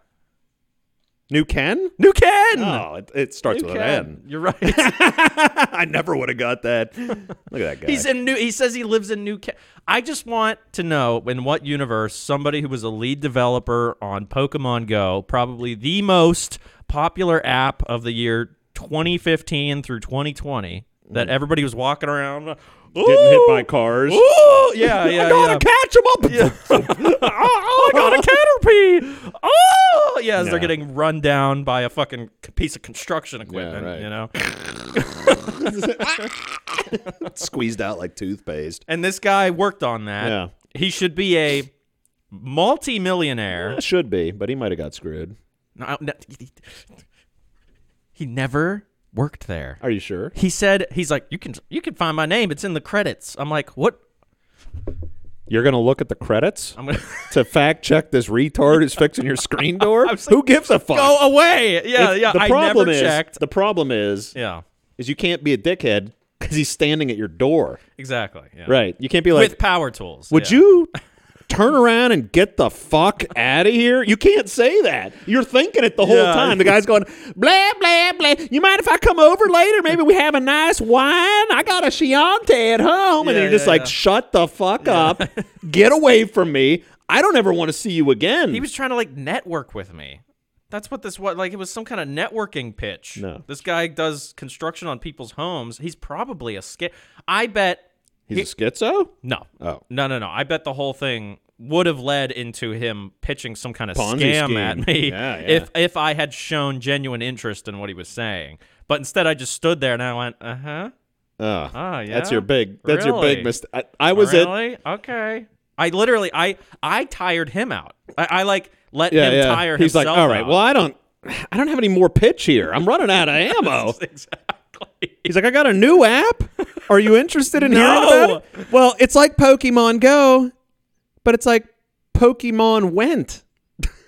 New Ken.
New Ken.
No, it, it starts
New
with
Ken.
an
You're right.
N. [LAUGHS] I never would have got [LAUGHS] that. Look at that guy.
He's in New. He says he lives in New. Ca- I just want to know in what universe somebody who was a lead developer on Pokemon Go, probably the most popular app of the year 2015 through 2020, that everybity was walking around.
Hmm. getting hit
"Ooh,
by cars.
Ooh, yeah,
[LAUGHS]
yeah,
I gotta
yeah.
catch him up.
oh, I
[LAUGHS]
got a Caterpie. Oh, yeah, as
Yeah.
they're getting run down by a fucking c- piece of construction equipment,
right.
you know.
[LAUGHS] Squeezed out like toothpaste.
And this guy worked on that.
Yeah.
He should be a
[LAUGHS]
multi-millionaire.
Should be, but he might have got screwed.
No, I- no, he- he never worked there.
Are you sure?
He said he's like you can you can find my name. It's in the credits. I'm like, "What?
You're gonna look at the credits
I'm going
[LAUGHS]
to
to fact check this retard is fixing your
[LAUGHS]
screen door. Who gives a fuck?
go away." Oh, Yeah,
If-
yeah,
The
I
problem
never
is
checked.
the problem is
yeah.
is you can't be a dickhead because he's standing at your door.
Exactly. Yeah.
Right? You can't be like,
With power tools.
would
yeah.
you? Turn around and get the fuck out of here. You can't say that. You're thinking it the whole
Yeah.
time. The guy's going, blah, blah, blah. You mind if I come over later? Maybe we have a nice wine. I got a Chianti at home. and
Yeah,
you're just
yeah,
like,
yeah.
shut the fuck up. Get away from me. I don't ever want to see you again.
He was trying to like network with me. That's what this was like. It was some kind of networking pitch.
No.
this guy does construction on people's homes. He's probably a skit. I bet
He's a schizo?
no,
Oh.
no, no, no. I bet the whole thing would have led into him pitching some kind of
Ponzi
scam
scheme.
at me
Yeah, yeah.
if if I had shown genuine interest in what he was saying. But instead, I just stood there and I went, uh huh.
Oh,
Ah, yeah?
That's your big. That's your big
Really?
mistake. I, I was at
really okay? I literally, I I tired him out. I, I like let
yeah,
him
yeah.
tire
He's like,
himself.
all right.
out."
Well, I don't. I don't have any more pitch here. I'm running out of [LAUGHS]
[LAUGHS]
ammo.
exactly.
He's like, I got a new app. Are you interested in hearing about it? Well, it's like Pokemon Go, but it's like Pokemon Went.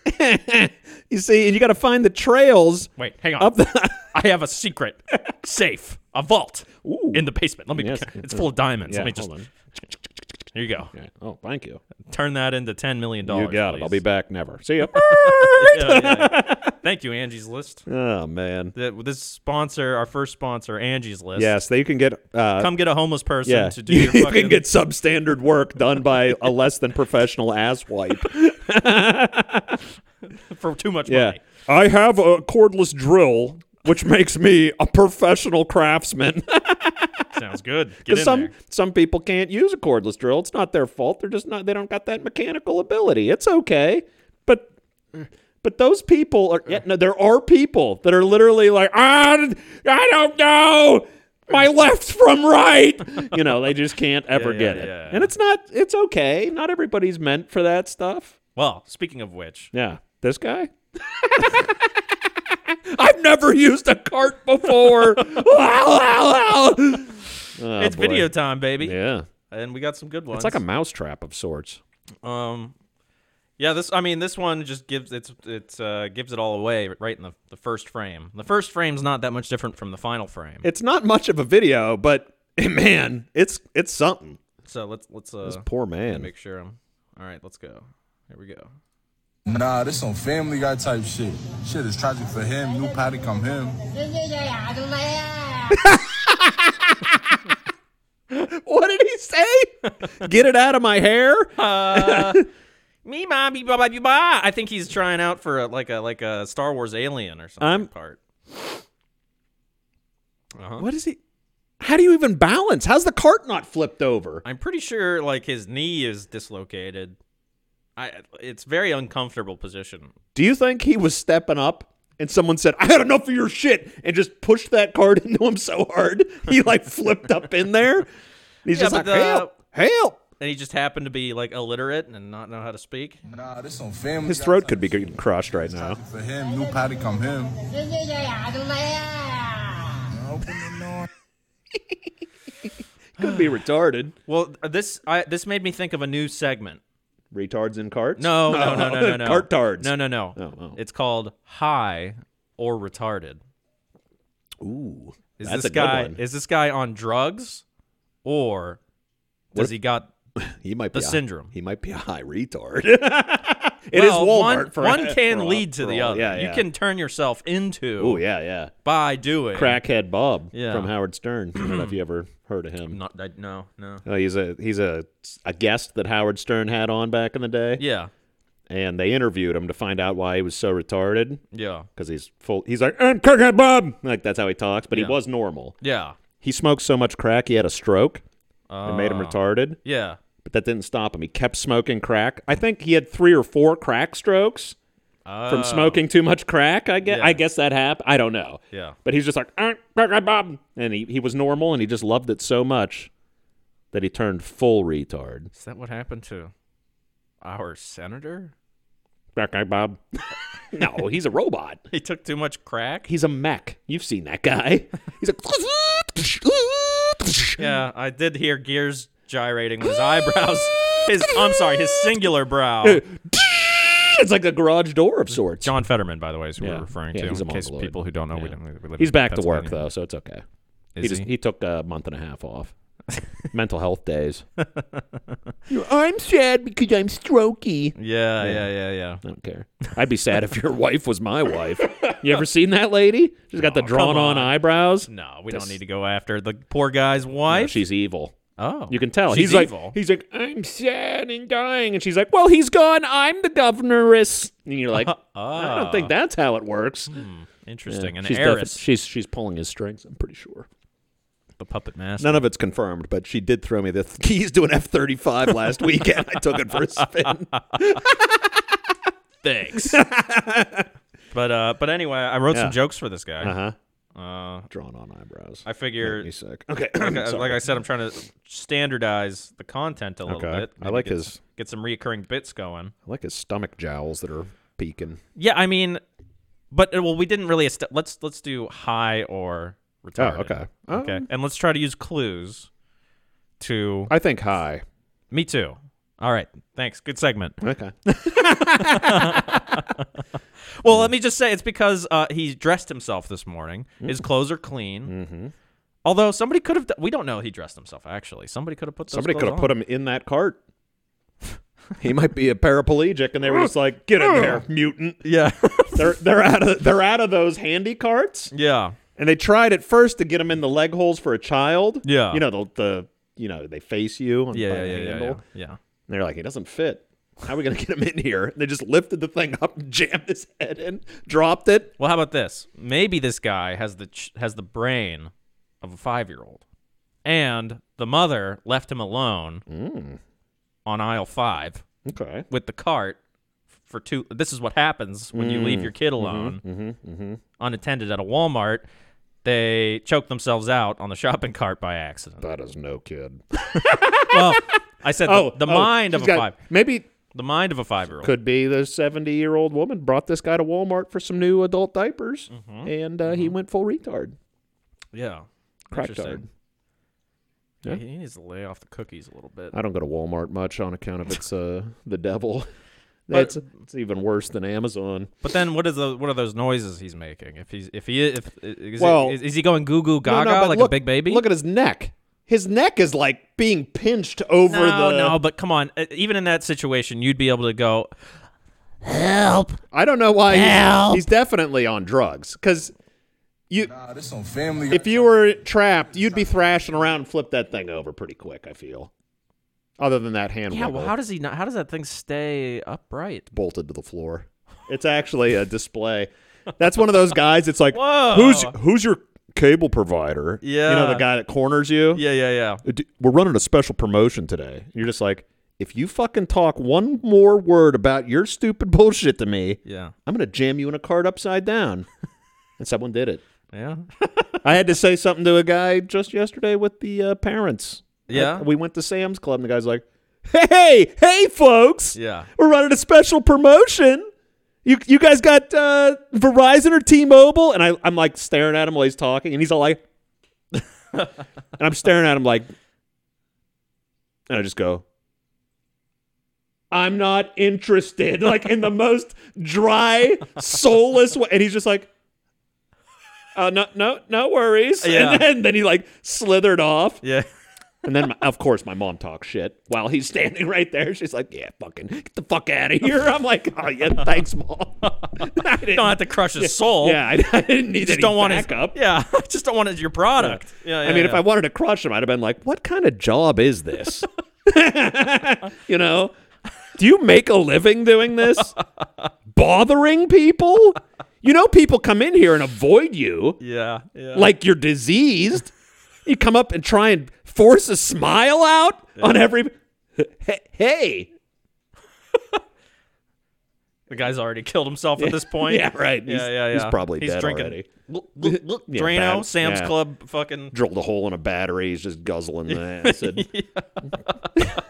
[LAUGHS] you see, and you got to find the trails
Wait, hang on.
up the.
I have a secret
[LAUGHS]
safe, a vault
Ooh.
in the basement. Let me.
Yes.
It's full of diamonds.
Yeah,
Let me just.
hold on.
Here you go. [LAUGHS]
Yeah. Oh, thank you.
Turn that into ten million
You
dollars.
got it. I'll be back. Never. See
[LAUGHS]
you. [LAUGHS]
Thank you, Angie's List.
oh man.
Th- This sponsor, our first sponsor, Angie's List.
Yes, they can get. Uh,
Come get a homeless person
yeah,
to
[LAUGHS]
do
you
your fucking.
can get substandard work done by a less than professional
[LAUGHS]
asswipe.
for too much money.
I have a cordless drill, which makes me a professional craftsman. [LAUGHS]
Sounds good. Get in
Because some
there.
some people can't use a cordless drill. It's not their fault. They're just not. They don't got that mechanical ability. It's okay. But but those people are. Yeah, no, there are people that are literally like, I, d- I don't know my left from right. [LAUGHS] you know, they just can't ever
yeah,
get it.
yeah.
And it's not. It's okay. Not everybody's meant for that stuff.
Well, speaking of which,
Yeah, this guy. [LAUGHS] I've never used a cart
[LAUGHS]
before. [LAUGHS] Wow, wow, wow. Oh,
it's
boy.
video time, baby,
Yeah.
and we got some good ones.
It's like a mousetrap of sorts.
Um, yeah, this. I mean, this one just gives it's it's uh, gives it all away right in the, the first frame. The first frame's not that much different from the final frame.
It's not much of a video, but [LAUGHS] man, it's it's something.
so let's let's uh,
Poor man.
make sure I'm all right. Let's go. Here we go.
Nah, this some Family Guy type shit. Shit is tragic for him. New Patty come him.
[LAUGHS] What did he
[LAUGHS]
say? Get it out of my hair.
Uh, Me mommy ba ba ba ba. I think he's trying out for a, like a like a Star Wars alien or something
I'm-
part.
What is he? How do you even balance? How's the cart not flipped over?
I'm pretty sure like his knee is dislocated. I it's very uncomfortable position.
Do you think he was stepping up and someone said, I had enough of your shit and just pushed that card [LAUGHS] into him so hard he like flipped up in there? He's
Yeah,
just like,
but
help, help.
And he just happened to be like illiterate and not know how to speak.
Nah, this some Family
His
Guy
throat
type
could be
shit.
getting crushed right now.
For him, new Patty come him.
Yeah.
open the door.
Could be retarded.
Well, uh, this I, this made me think of a new segment.
Retards in carts?
No, no, no, no,
[LAUGHS]
no, no.
Cartards.
No, no, no.
Oh, oh.
It's called high or retarded.
Ooh.
Is
that's
this
a good
guy
one.
is this guy on drugs or does
What-
he got
He might
the
be a-
syndrome.
he might be a high
[LAUGHS]
retard. It is
Well,
Walmart.
One,
for [LAUGHS]
one can
for all-
lead to
for
the
all.
other.
Yeah, yeah.
You can turn yourself into
Oh yeah, yeah.
by doing
Crackhead Bob
Yeah.
from Howard Stern. I don't know if you ever heard of him.
Not that- no, no.
Oh, he's a he's a a guest that Howard Stern had on back in the day,
Yeah,
and they interviewed him to find out why he was so retarded.
yeah,
Because he's full, he's like, "I'm Crackhead Bob." Like that's how he talks, but
Yeah.
he was normal.
yeah.
He smoked so much crack he had a stroke. It made him
Uh,
retarded,
Yeah.
but that didn't stop him. He kept smoking crack. I think he had three or four crack strokes.
Oh,
from smoking too much crack. I guess
Yeah.
I guess that happened. I don't know.
Yeah.
But he's just like "Eh, eh, eh, Bob, and he, he was normal, and he just loved it so much that he turned full retard.
Is that what happened to our senator?
Crack, crack, Bob. [LAUGHS] no, he's a robot.
He took too much crack.
He's a mech. You've seen that guy. He's like.
Yeah, I did hear gears gyrating when
[LAUGHS]
his eyebrows. His I'm sorry, his singular brow.
[LAUGHS] It's like a garage door of sorts.
John Fetterman, by the way, is who
Yeah.
we're referring
Yeah,
to.
he's a
in case
mongoloid.
people who don't know, we
Yeah.
don't. We live
He's
in
back to work
Pennsylvania.
though, so it's okay.
Is
he just
he?
he took a month and a half
[LAUGHS]
off. Mental health days. I'm sad because I'm strokey.
Yeah, yeah, yeah, yeah.
I don't care. I'd be sad
[LAUGHS]
if your wife was my wife. You ever seen that lady? She's got the
No, come
drawn on
on.
eyebrows.
No, we don't need to go after the poor guy's wife.
She's evil.
oh,
You can tell.
She's
he's like
evil.
he's like, I'm sad and dying. And she's like, Well, he's gone. I'm the governoress. And you're
[LAUGHS]
like, I don't think that's how it works.
Interesting. Ah. An
she's, defi-
heiress,
she's she's pulling his strings, I'm pretty sure.
the puppet master.
None of it's confirmed, but she did throw me the [LAUGHS] th- keys to an F thirty five last weekend. I took it for a spin.
Thanks. but uh, but anyway, I wrote
Yeah. Uh-huh.
some jokes for this guy.
huh.
Uh,
Drawn on eyebrows.
I figure,
Make me
[CLEARS THROAT]
sick. [CLEARS THROAT] Okay.
like, I,
Sorry.
like I said, I'm trying to standardize the content a little
Okay.
bit.
I
maybe
like
get,
his-
get some reoccurring bits going.
I like his stomach jowls that are peeking.
Yeah, I mean, but uh, well, we didn't really. Est- let's let's do high or retarded.
Oh, okay.
Okay, and let's try to use clues to.
I think high.
Me too. All right, thanks. Good segment.
Okay.
Well, let me just say it's because uh, he dressed himself this morning.
Mm.
His clothes are clean.
Mm-hmm.
Although somebody could have, we don't know he dressed himself. Actually, somebody could have put those
Somebody could
clothes
have put
on.
him in that
[LAUGHS]
cart. he might be a paraplegic, and they were just like, "Get in
[LAUGHS]
there, mutant!"
Yeah,
They're they're out of they're out of those handy carts,
yeah,
and they tried at first to get him in the leg holes for a child.
Yeah.
you know the the you know they face you and
yeah,
by
yeah,
the
yeah, yeah,
handle.
yeah, yeah.
And they're like, "He doesn't fit." How are we gonna [LAUGHS] get him in here? And they just lifted the thing up, [LAUGHS] and jammed his head in, dropped it.
Well, how about this? Maybe this guy has the ch- has the brain of a five year old, and the mother left him alone
Mm.
on aisle five
Okay.
with the cart for two. This is what happens when you
Mm.
leave your
Mm-hmm.
kid alone, unattended at a Walmart. They choke themselves out on the shopping cart by accident.
That is no kid. [LAUGHS]
well, I said the, Oh, the mind of a
Oh, she's got-
five,
Maybe
the mind of a five year old.
could be the 70 year old woman brought this guy to Walmart for some new adult diapers,
Mm-hmm.
and uh, he went full retard.
Yeah,
Cracktard.
Interesting. Yeah. He needs to lay off the cookies a little bit.
I don't go to Walmart much on account of it's uh, the [LAUGHS] devil.
But-
It's, it's even worse than Amazon.
But then, what is the what are those noises he's making? If he's if he if is,
Well-
he, is, is he going goo goo [LAUGHS] gaga
No, no, but
like
look,
a big baby?
Look at his neck. His neck is like being pinched over
no,
the.
no. But come on, e- even in that situation, you'd be able to go.
I don't know why he's, he's definitely on drugs because you.
Nah, this on Family Guy.
If you were trapped, you'd be thrashing around and flip that thing over pretty quick. I feel. Other than that hand,
Yeah, well,
wiggle.
how does he not? How does that thing stay upright?
bolted to the floor. It's actually a display. That's one of those guys. It's like,
Whoa.
who's who's your cable provider? you know
Yeah.
the guy that corners you. Uh,
Yeah, yeah, yeah.
D- We're running a special promotion today. You're just like, if you fucking talk one more word about your stupid [LAUGHS] bullshit to me,
Yeah,
I'm gonna jam you in a cart upside down. and someone did it. [LAUGHS]
yeah,
I had to say something to a guy just yesterday with the uh, parents.
Yeah?
I- we went to Sam's Club, and the guy's like, "Hey, hey, folks!
Yeah.
we're running a special promotion. You you guys got uh, Verizon or T-Mobile?" And I I'm like [LAUGHS] staring at him while he's talking, and he's all like, And I'm staring at him like, and I just go, I'm not interested. [LAUGHS] Like in the most dry, soulless way. And he's just like, uh, no, no, no worries. [LAUGHS]
Yeah.
And then, then he like slithered off. [LAUGHS]
Yeah.
And then, my, of course, my mom talks shit while he's standing right there. She's like, "Yeah, fucking get the fuck out of here." I'm like, "Oh yeah, thanks, mom." [LAUGHS] I didn't,
Don't have to crush his soul.
yeah, I, I didn't need
Just
any
don't want his,
backup.
Yeah. [LAUGHS] Just don't want it as your product. Yeah. yeah,
I mean,
yeah.
if I wanted to crush him, I'd have been like, "What kind of job is this?" [LAUGHS] you know, do you make a living doing
[LAUGHS]
this? Bothering people? You know, people come in here and avoid you
Yeah. Yeah.
like you're diseased. You come up and try and force a smile out on every. [LAUGHS] Hey, hey.
the guy's already killed himself at this
[LAUGHS]
point.
yeah, right.
Yeah.
He's-
Yeah. Yeah.
he's probably
he's
dead
drinking
already.
Drano,
[LAUGHS] Yeah, bad-
Sam's
yeah.
Club, fucking.
drilled a hole in a battery. He's just guzzling
[LAUGHS]
the acid.
[LAUGHS]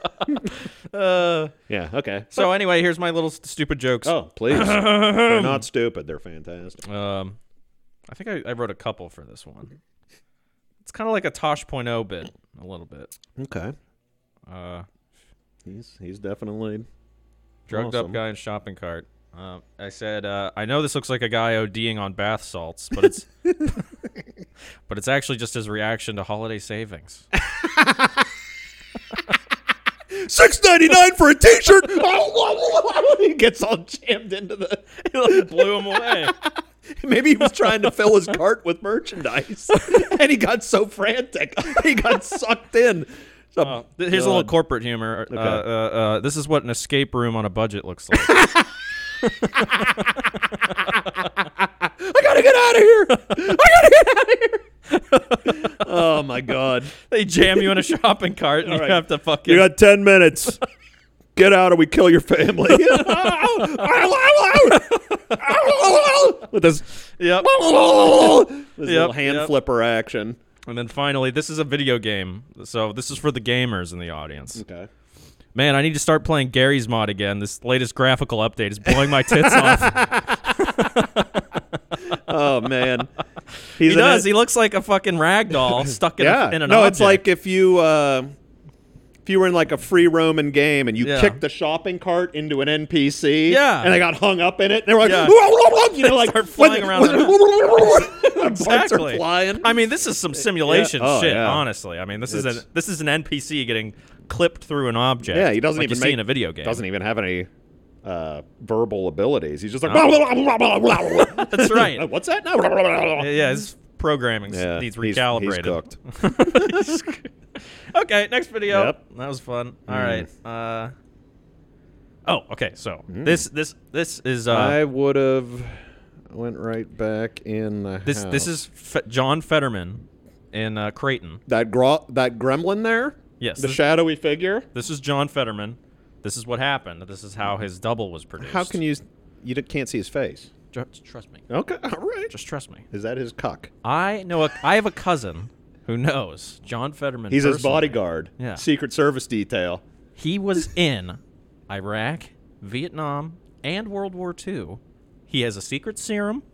Uh,
yeah, okay.
so anyway, here's my little st- stupid jokes.
Oh,
[LAUGHS]
please. They're not stupid. They're fantastic.
Um, I think I, I wrote a couple for this one. It's kind of like a Tosh.0 bit, a little bit.
Okay.
Uh,
He's he's definitely
drugged
Awesome.
up guy in shopping cart. Uh, I said, uh, I know this looks like a guy ODing on bath salts, but
[LAUGHS]
it's but it's actually just his reaction to holiday savings.
six ninety nine for a t shirt. [LAUGHS] he gets all jammed into the. [LAUGHS]
Blew him away.
Maybe he was trying to fill his cart with merchandise, [LAUGHS] and he got so frantic, he got sucked in. So-
[LAUGHS] Oh, Th- Here's a little
God.
corporate humor. Uh,
Okay.
uh, uh, this is what an escape room on a budget
[LAUGHS]
looks like.
I gotta get out of
[LAUGHS]
here. I gotta get out of here. [LAUGHS] oh my god.
they jam you in a shopping cart and
right.
you have to fucking
You got 10 minutes. Get out or we kill your
[LAUGHS]
family. [LAUGHS] With [LAUGHS] this,
yep.
this
Yep,
little hand
yep.
flipper action.
And then finally, this is a video game, so this is for the gamers in the audience.
Okay.
Man, I need to start playing Gary's mod again. This latest graphical update is blowing
[LAUGHS]
my tits off.
Oh,
[LAUGHS]
man.
He does. He looks like a fucking
[LAUGHS]
rag doll stuck in,
yeah.
a, in an
no,
object.
it's like if you. Uh, if you were in like a free roaming game and you
Yeah.
kicked the shopping cart into an NPC,
Yeah.
and they got hung up in it, and they were like,
Yeah.
you
[LAUGHS]
know, like
Start flying
[LAUGHS]
around the
the parts are
Exactly.
flying.
I mean, this is some simulation
Yeah. Oh,
shit.
yeah.
Honestly, I mean, this is
It's-
an this is an NPC getting clipped through an object.
Yeah, he doesn't
like
even
you
make,
see in a video game.
Doesn't even have any uh, verbal abilities. He's just like.
[LAUGHS] That's
[LAUGHS]
right.
What's that now?
yeah, his programming
Yeah,
needs
he's- he's
recalibrated.
cooked.
[LAUGHS] okay, next video.
Yep.
That was fun. All
Mm.
right. Uh, oh, okay. So this this this is uh,
I would have went right back in. The
this this is Fe- John Fetterman in uh, Creighton.
that gro- that gremlin there.
Yes,
the
this-
shadowy figure.
This is John Fetterman. This is what happened. This is how his double was produced.
How can you? You d- can't see his face.
Just trust me.
Okay, [LAUGHS] all right.
Just trust me.
is that his cock?
I know. A, I have a cousin who knows John Fetterman.
He's his
personally.
bodyguard.
Yeah.
Secret Service detail.
He was in Iraq, Vietnam, and World War II. He has a secret serum.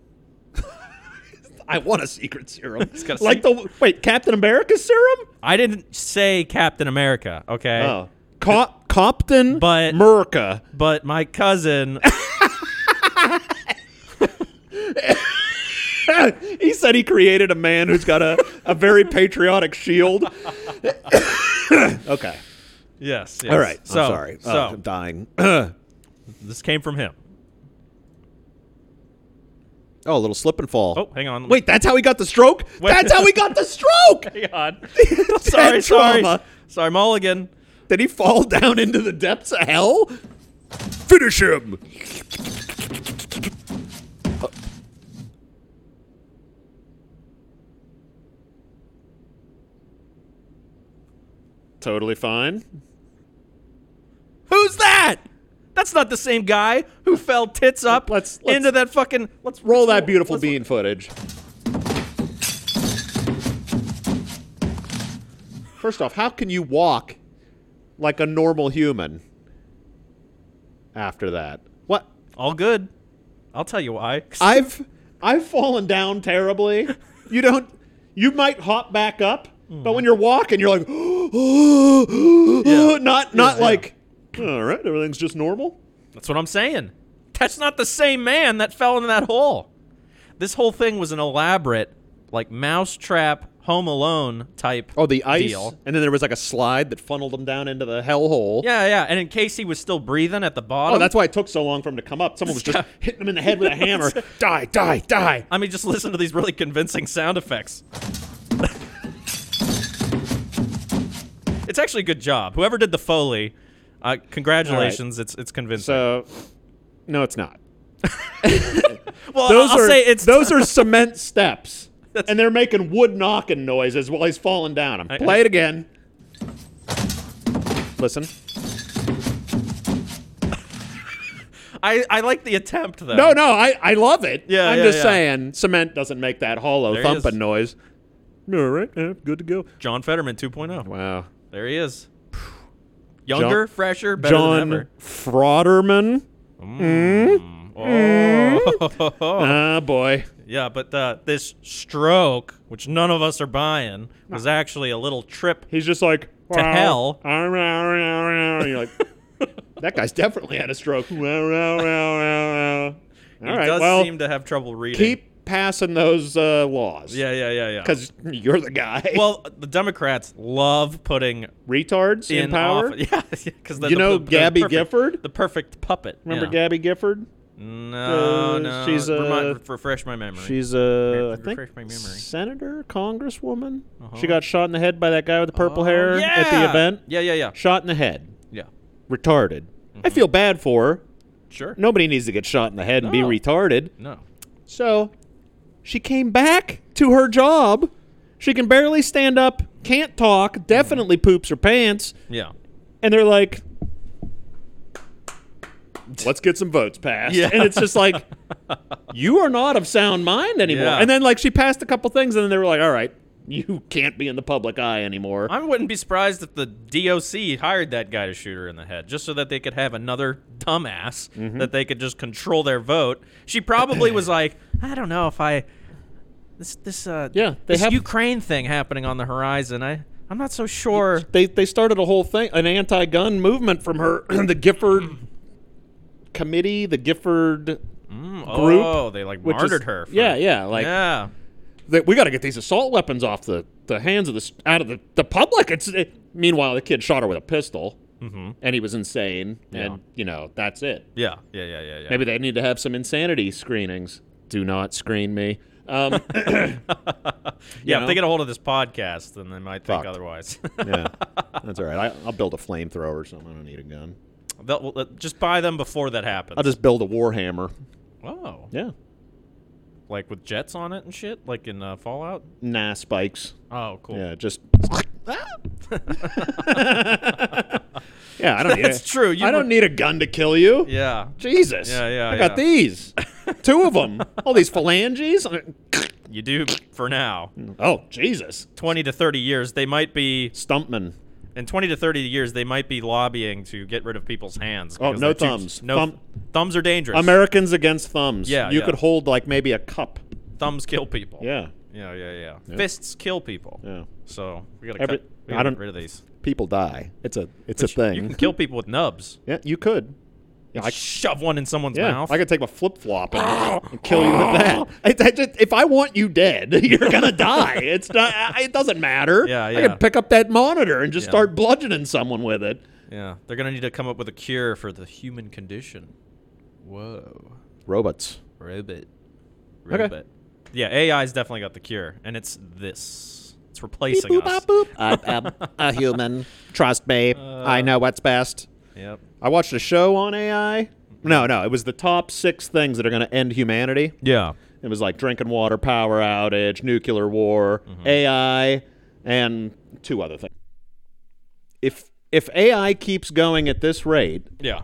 I want a secret serum.
got a
like the wait, Captain America serum.
I didn't say Captain America, okay?
Oh. Cop- Compton,
But-
Murica.
But my cousin,
[LAUGHS] he said he created a man who's got a, a very patriotic shield. [LAUGHS] [COUGHS] okay.
yes, yes.
All right.
So,
I'm sorry.
So
Oh, I'm dying. [COUGHS]
this came from him.
oh, a little slip and fall.
Oh, hang on.
Wait, that's how he got the stroke?
Wait.
That's how he got the stroke!
[LAUGHS] hang on.
That
sorry, sorry,
trauma.
sorry, Mulligan.
[LAUGHS] Did he fall down into the depths of hell? Finish him! Totally fine.
Who's that? That's not the same guy who fell tits up
Let's- let's-
into that fucking. Let's
Roll that beautiful
let's-
bean footage. First off, how can you walk like a normal human after that? What?
All good. I'll tell
[LAUGHS]
you why.
I've I've fallen down terribly. You don't you might hop back up, But when you're walking, you're like, [GASPS] not not
yeah.
like, all right, everything's just normal.
That's what I'm saying. That's not the same man that fell into that hole. This whole thing was an elaborate, like mousetrap, Home Alone type.
Oh, the ice,
Deal.
and then there was like a slide that funneled him down into the hellhole.
Yeah, yeah. And in case he was still breathing at the bottom.
Oh, that's why it took so long for him to come up. Someone
[LAUGHS]
was just hitting him in the head with a hammer. die, die, die.
I mean, just [LAUGHS] listen to these really convincing sound effects. it's actually a good job. Whoever did the foley, uh, congratulations. It's it's convincing.
So, no, it's not.
well,
Those
I'll
are
say it's [LAUGHS]
those are cement steps,
That's-
and they're making wood knocking noises while he's falling down. I'm
I-
play it again. Listen.
I, I like the attempt though.
No, no, I, I love it.
Yeah,
I'm
yeah,
just
yeah.
saying cement doesn't make that hollow
There he
thumping
is.
noise. All right, eh, good to go.
John Fetterman 2.0.
Wow.
There he is. Younger, fresher, better
John
than ever.
Frauderman.
Oh. [LAUGHS]
Ah, boy.
yeah, but uh, this stroke, which none of us are buying, was actually a little trip.
He's just like
To hell.
And [LAUGHS]
[LAUGHS]
you're like, that guy's definitely had a stroke. [LAUGHS] All right,
he does
well,
seem to have trouble reading.
keep passing those uh, laws.
yeah, yeah, yeah, yeah.
because you're the guy.
[LAUGHS] well, the Democrats love putting
retards in,
in
power.
Office. [LAUGHS] Yeah, because
You know Gabby
perfect,
Gifford?
the perfect puppet.
Remember
yeah.
Gabby Gifford?
No,
Uh,
no.
she's,
Remind-
uh,
refresh my memory.
She's a, I
Refresh
think,
my memory. Uh-huh.
senator, congresswoman. She got shot in the head by that guy with the purple
Oh,
hair at the
yeah!
event.
Yeah, Mm-hmm. yeah, yeah,
Shot in the head.
yeah.
Retarded. I feel bad for her.
Sure.
Nobody needs to get shot in the head and
No.
be retarded.
No.
So she came back to her job. She can barely stand up, can't talk, definitely poops her pants.
Yeah.
And they're like, let's get some votes passed.
Yeah.
And it's just
[LAUGHS]
like, you are not of sound mind anymore.
Yeah.
And then, like, she passed a couple things, and then they were like, all right, you can't be in the public eye anymore.
I wouldn't be surprised if the DOC hired that guy to shoot her in the head just so that they could have another dumbass
Mm-hmm.
that they could just control their vote. She probably was like, I don't know if I this this uh
Yeah, they
this
have-
Ukraine thing happening on the horizon. I I'm not so sure.
they, they started a whole thing, an anti gun movement from her, [CLEARS THROAT] the Gifford
[CLEARS THROAT]
committee, the Gifford. group,
oh, they like
which is-
martyred her. for-
yeah, yeah, like-
yeah.
That we got to get these assault weapons off the, the hands of the s- out of the, the public. It's it, meanwhile the kid shot her with a pistol, and he was insane, and you know that's it.
Yeah. Yeah. Yeah. Yeah. yeah.
Maybe they need to have some insanity screenings. Do not screen me. Um,
yeah.
know?
If they get a hold of this podcast, then they might think
Fucked.
otherwise.
[LAUGHS]
[LAUGHS]
[LAUGHS] yeah, that's all right. I, I'll build a flamethrower or something. I don't need a gun.
They'll, well, uh, just buy them before that happens.
I'll just build a warhammer.
oh,
Yeah.
like with jets on it and shit, like in uh, Fallout.
Nah, spikes.
Oh,
[LAUGHS]
cool.
Yeah, just. yeah, I don't. [LAUGHS] need
That's
a-
true. You
I don't
were-
need a gun to kill you.
Yeah.
Jesus.
Yeah, yeah,
I got
yeah. [LAUGHS]
these. Two of them. All these phalanges.
You do for now.
[CLEARS THROAT] Oh, Jesus.
20 to 30 years, they might be
Stumpman.
in 20 to 30 years they might be lobbying to get rid of people's hands.
Oh,
because
no
they're too-
thumbs.
no
Thumb-
thumbs are dangerous.
Americans against thumbs.
Yeah,
You
yeah.
could hold like maybe a cup.
thumbs kill people.
Yeah.
Yeah, yeah, yeah. Fists kill people.
Yeah.
So, we got to
Every-
cut we
I
gotta
don't-
get rid of these.
People die. It's a it's a
You
thing.
can kill people with nubs.
yeah, you could. Yeah, I,
Shove one in someone's
yeah,
mouth.
I could take a flip flop
[LAUGHS]
and, and kill you with that. I, I just, if I want you dead, [LAUGHS] you're gonna die. It's not. I, it doesn't matter.
Yeah,
I
yeah.
could pick up that monitor and just
Yeah.
start bludgeoning someone with it.
yeah. They're going to need to come up with a cure for the human condition. Whoa.
Robots.
Robot.
Okay.
Robot. Yeah, AI's definitely got the cure, and it's this. It's
Beep,
replacing
boop,
us.
bop, boop. I am a human. Trust me. I know what's best.
Yep.
I watched a show on AI. No, no, it was the top six things that are going to end humanity.
Yeah.
It was like drinking water, power outage, nuclear war, AI, and two other things. If if AI keeps going at this rate,
Yeah.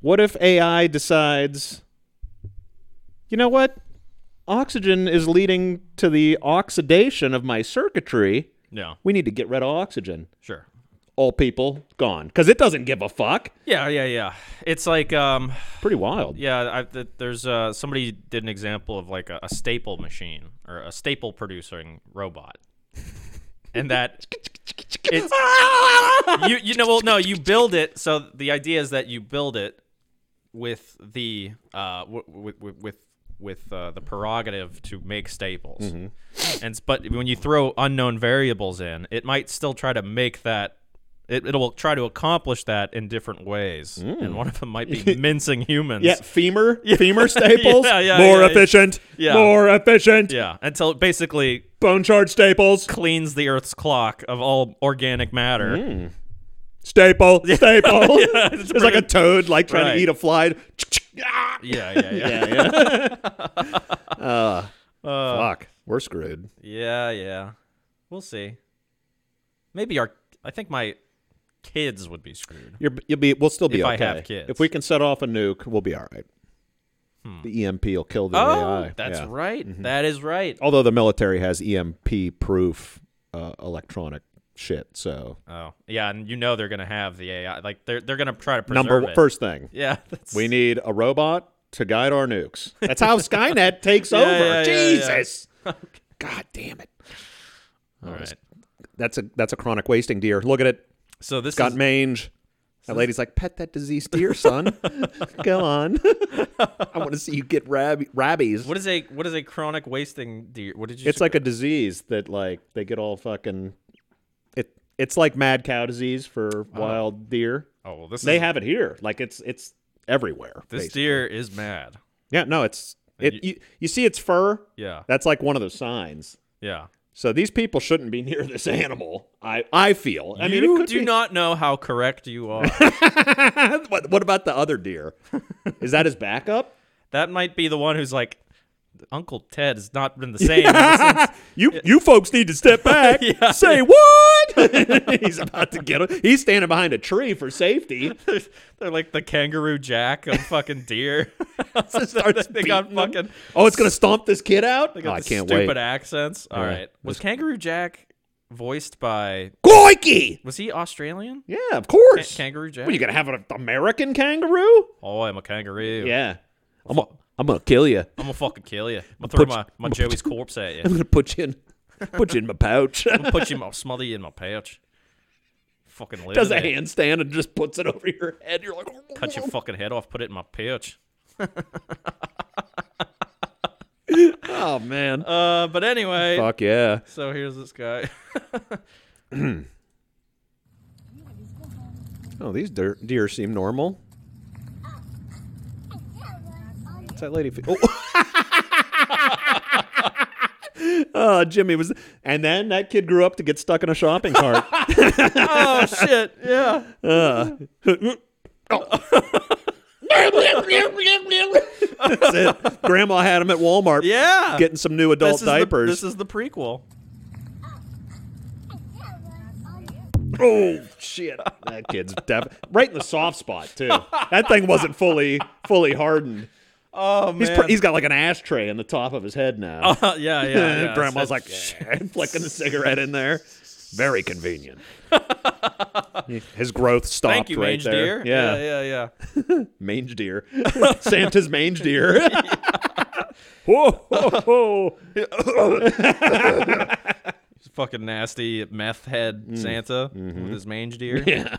what if AI decides, you know what? Oxygen is leading to the oxidation of my circuitry.
Yeah.
We need to get rid of oxygen.
Sure.
All people gone because it doesn't give a fuck.
Yeah, yeah, yeah. It's like, um,
Pretty wild.
yeah. I, th- there's uh, somebody did an example of like a, a staple machine or a staple producing robot, and that it's you you know well no you build it so the idea is that you build it with the uh w- with with with uh, the prerogative to make staples and s- but when you throw unknown variables in it might still try to make that it, it'll try to accomplish that in different ways and one of them might be mincing
[LAUGHS]
humans
Yeah, femur, femur staples, [LAUGHS]
Yeah, yeah,
more
yeah.
efficient,
Yeah.
more efficient.
yeah until it basically
Bone charge staples,
cleans the earth's clock of all organic matter
[LAUGHS] staple, staple.
it's
it's like a
pretty-
toad, like trying
Right.
to eat a fly.
yeah yeah [LAUGHS]
yeah,
yeah
yeah. [LAUGHS] uh, fuck, we're screwed.
Yeah, yeah. We'll see. Maybe our I think my kids would be screwed.
You're, you'll be. We'll still be
If I
okay.
have kids.
If we can set off a nuke, we'll be all right. The EMP will kill the AI.
Oh, that's
Yeah. Mm-hmm.
right. That is right.
Although the military has EMP proof uh, electronic shit, so
Oh, yeah, and you know they're gonna have the AI. Like they're they're gonna try to preserve
number
it.
one, first thing
Yeah, [LAUGHS] that's,
we need a robot to guide our nukes. That's
[LAUGHS]
how Skynet takes
Yeah,
over.
yeah, yeah, yeah. [LAUGHS]
Jesus, God damn it!
all right.
That's a that's a chronic wasting deer. Look at it.
So this
Got
is
mange. That lady's like, pet that diseased deer,
[LAUGHS]
son. Go on. I want to see you get rab- rabies.
what is a what is a chronic wasting deer? What did you?
It's like a disease that like they get all fucking it it's like mad cow disease for
Uh-huh.
wild deer.
oh, well, this
They
is,
have it here. Like it's it's everywhere.
this
basically.
deer is mad.
Yeah, no, it's it you, you see its fur?
Yeah,
That's like one of those signs.
yeah.
So these people shouldn't be [LAUGHS] near this animal. I I feel. I mean, it
you
could
do
be-
not know how
[LAUGHS]
correct you are.
what, what about the other
[LAUGHS]
deer? Is that his backup?
that might be the one who's like, Uncle Ted has not been the same. ever since
[LAUGHS] You you folks need to
[LAUGHS]
step back.
Yeah.
Say what? [LAUGHS] He's about to get. A, he's standing behind a tree for
[LAUGHS]
safety.
They're like the kangaroo jack of fucking
[LAUGHS]
deer. [LAUGHS]
starts
they got
beating them.
fucking.
Oh, it's gonna stomp this kid out.
They got
Oh, I
the
can't
stupid
wait.
accents. All right,
Yeah.
Was kangaroo jack voiced by?
Goiki.
Was he Australian?
Yeah, of course.
Can- kangaroo jack.
What, you gonna have an American kangaroo?
oh, I'm a kangaroo.
Yeah. I'm gonna I'm gonna kill you.
I'm gonna fucking kill you. I'm gonna
Put
throw
you-
my, my
I'ma put
Joey's corpse
[LAUGHS]
at you.
I'm
I'm
gonna put you in. Put you in my pouch. [LAUGHS]
gonna put you. in my- I'll smother you in my pouch. Fucking live.
Does a
in it.
handstand and just puts it over your head. You're like,
Cut
[LAUGHS]
your fucking head off. Put it in my pouch.
oh man.
Uh, but anyway.
Fuck yeah.
So here's this guy.
Oh, these deer, deer seem normal. What's that lady? Fe- oh. [LAUGHS] oh, Jimmy was, and then that kid grew up to get stuck in a shopping cart. [LAUGHS]
oh shit! Yeah.
That's it. Grandma had him at Walmart.
Yeah.
getting some new adult
this is
diapers.
The, this is the prequel.
Oh shit! That kid's def- right in the soft spot
[LAUGHS]
too. That thing wasn't fully fully hardened.
Oh
He's pr- he's got like an ashtray in the top of his head now.
[LAUGHS] yeah, Oh, yeah,
[LAUGHS]
yeah.
Grandma's
That's-
like shit, flicking the cigarette in there. Very
[LAUGHS]
convenient. his growth stopped
thank you,
right
mange
there.
deer.
Yeah.
yeah, yeah, yeah.
mange deer. [LAUGHS] Santa's mange
[LAUGHS]
deer. whoa, whoa, whoa.
He's a fucking nasty meth head Santa with his mange deer.
Mm. Mm-hmm. [LAUGHS] Yeah.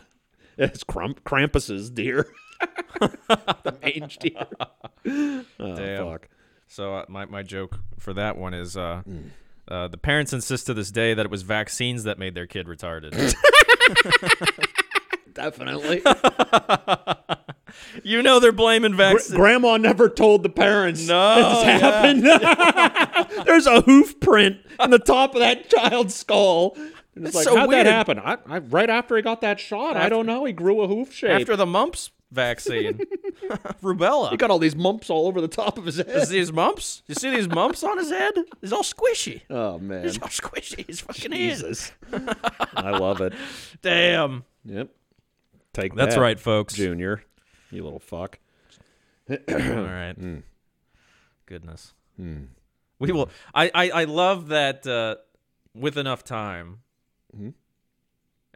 It's Crump- Krampus's deer. [LAUGHS] the mange deer. Oh,
Damn.
fuck.
So uh, my my joke for that one is. Uh,
Mm.
Uh, the parents insist to this day that it was vaccines that made their kid
[LAUGHS]
retarded. [LAUGHS]
Definitely.
you know they're blaming vaccines.
Grandma never told the parents
No,
this
yeah.
happened. [LAUGHS] There's a hoof print on the top of that child's skull. And it's
That's
like,
so
how'd
weird.
that happen? I, I, right after he got that shot, I don't know. He grew a hoof shape.
After the mumps
[LAUGHS]
vaccine, rubella.
he got all these mumps all over the top of his
You
head.
see these mumps? You see these mumps on his head? He's all squishy.
[LAUGHS] Oh man,
He's all squishy. His fucking hands.
Jesus! [LAUGHS] I love it.
Damn.
Yep. Take
That's
that,
right, folks.
Junior. You little fuck.
[LAUGHS] All right.
Mm.
Goodness. We will. I, I, I love that uh, with enough time,
Mm-hmm.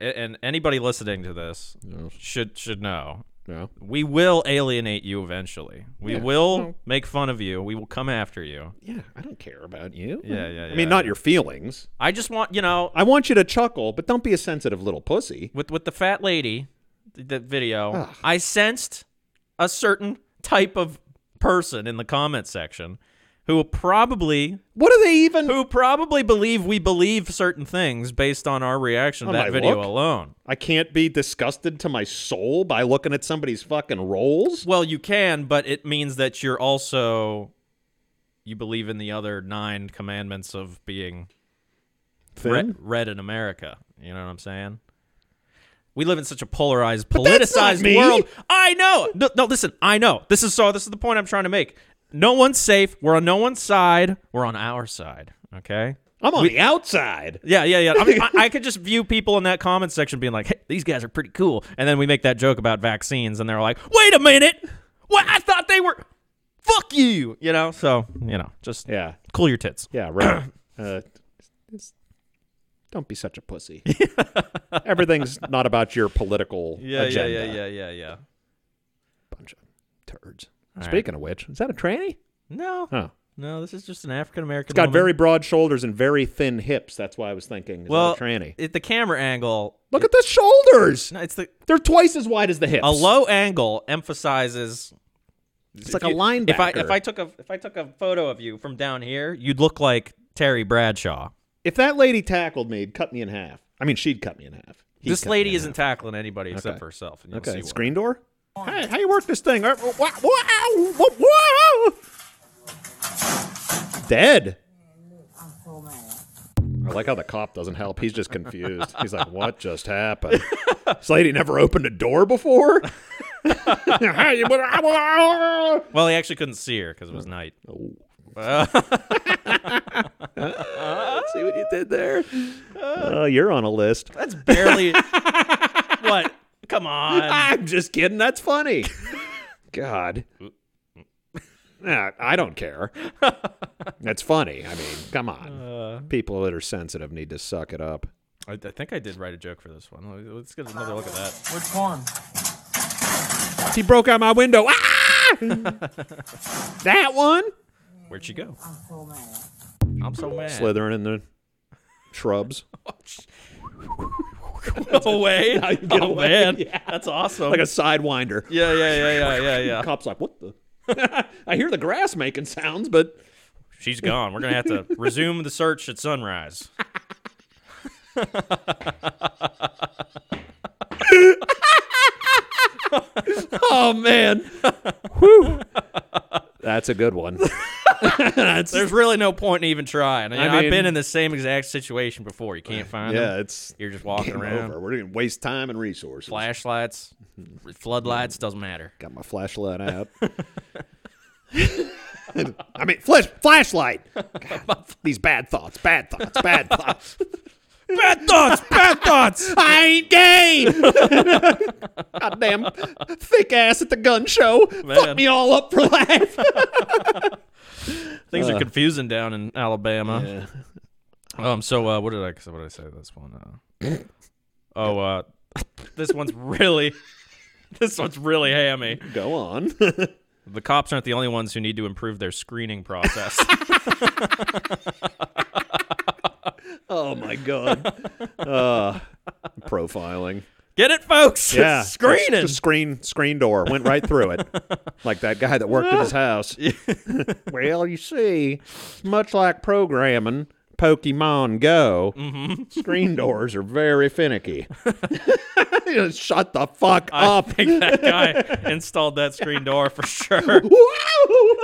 a- and anybody listening to this should should know
No.
We will alienate you eventually. We
Yeah.
will
Well-
make fun of you. We will come after you.
Yeah, I don't care about you.
Yeah, yeah,
I mean,
yeah.
not your feelings.
I just want, you know,
I want you to chuckle, but don't be a sensitive little pussy.
with with the fat lady, th- the video. I sensed a certain type of person in the comment section who probably
What are they even?
who probably believe we believe certain things based on our reaction to
On my
that video
look?
alone.
I can't be disgusted to my soul by looking at somebody's fucking rolls.
Well, you can, but it means that you're also you believe in the other nine commandments of being re-
Thin?
read in America. You know what I'm saying? We live in such a polarized,
that's not
politicized
me.
world. I know. No, no, listen. I know. This is so. This is the point I'm trying to make. No one's safe. We're on no one's side. We're on our side. Okay.
I'm on the outside.
Yeah, yeah, yeah. I, mean, I, [LAUGHS] I could just view people in that comment section being like, "Hey, these guys are pretty cool," and then we make that joke about vaccines, and they're like, "Wait a minute, what? I thought they were." Fuck you, you know. So you know, just
Yeah,
cool your tits.
yeah, [CLEARS THROAT] right. uh, it's- don't be such a [LAUGHS] pussy. Everything's not about your [LAUGHS] political agenda.
yeah, yeah.
Bunch of turds. Speaking of which, is that a tranny?
No,
Huh.
no, this is just an African American.
It's got very broad shoulders and very thin hips. That's why I was thinking, is
well
that a tranny?
It, the camera angle.
Look at the shoulders.
No, it's the
They're twice as wide as the hips.
a low angle emphasizes.
It's like a linebacker.
If I if I took a if I took a photo of you from down here, you'd look like Terry Bradshaw.
If that lady tackled me, it'd cut me in half. I mean, she'd cut me in half. He'd
this
cut
lady
me in
isn't tackling anybody except
Okay.
for herself. And
half.
you'll see
Okay,
why.
screen door. Hey, how you work this thing? Uh, wha- wha- ow, wha- wha- Dead. I like how the cop doesn't help. He's just confused. He's like, "What just [LAUGHS] happened? this lady never opened a door [LAUGHS] before." Hey, you-
Well, he actually couldn't see her because
Oh.
it was night. [LAUGHS]
See what you did there? Oh, you're on a list.
That's [LAUGHS] barely. what? Come on.
I'm just kidding. That's
[LAUGHS]
funny. God.
Mm,
Nah, I don't care.
[LAUGHS]
That's funny. I mean, come on.
Uh.
People that are sensitive need to suck it up.
I, I think I did write a joke for this one. Let's get another look at that.
He broke out my window.
[LAUGHS]
Ah! that one?
Where'd she go? I'm so mad.
Slithering in the shrubs.
[LAUGHS]
[LAUGHS]
No way.
get
oh
away.
man, that's awesome.
Like a sidewinder.
yeah, yeah, yeah, yeah, yeah,
[LAUGHS]
yeah.
Cop's like, what the? I hear the grass making sounds, but
She's gone. We're gonna have to resume the search at sunrise.
oh man. Whew.
[LAUGHS]
That's a good one. [LAUGHS] That's,
There's really no point in even trying. I
mean-
have been in the same exact situation before.
[SIGHS]
You can't find
yeah,
them.
it's
You're just walking
Game
around.
over. We're gonna waste time and resources.
Flashlights, floodlights, doesn't matter.
Got my flashlight
[LAUGHS]
out. I mean, flash
[LAUGHS]
flashlight. God, these bad thoughts, bad thoughts, bad thoughts.
Bad thoughts, bad thoughts.
I ain't gay.
[LAUGHS]
Goddamn thick ass at the gun show.
Man.
Fuck me all up for life.
[LAUGHS]
Uh.
Things are confusing down in Alabama. Um. So, uh, what did I? What did I say? This one. Uh,
[COUGHS]
oh, uh, this one's really. This one's really hammy.
[LAUGHS] Go on. [LAUGHS]
The cops aren't the only ones who need to improve their screening process. [LAUGHS]
oh my god. Uh, profiling.
Get it, folks?
Yeah,
[LAUGHS] Screening.
Just screen screen door went right through
[LAUGHS]
it, like that guy that worked at his house. [LAUGHS] well, you see, it's much like programming Pokemon Go,
Mm-hmm. [LAUGHS]
screen doors are very finicky. [LAUGHS] Just Shut the fuck
I
up! [LAUGHS]
think that guy installed that screen door for sure.
Woo!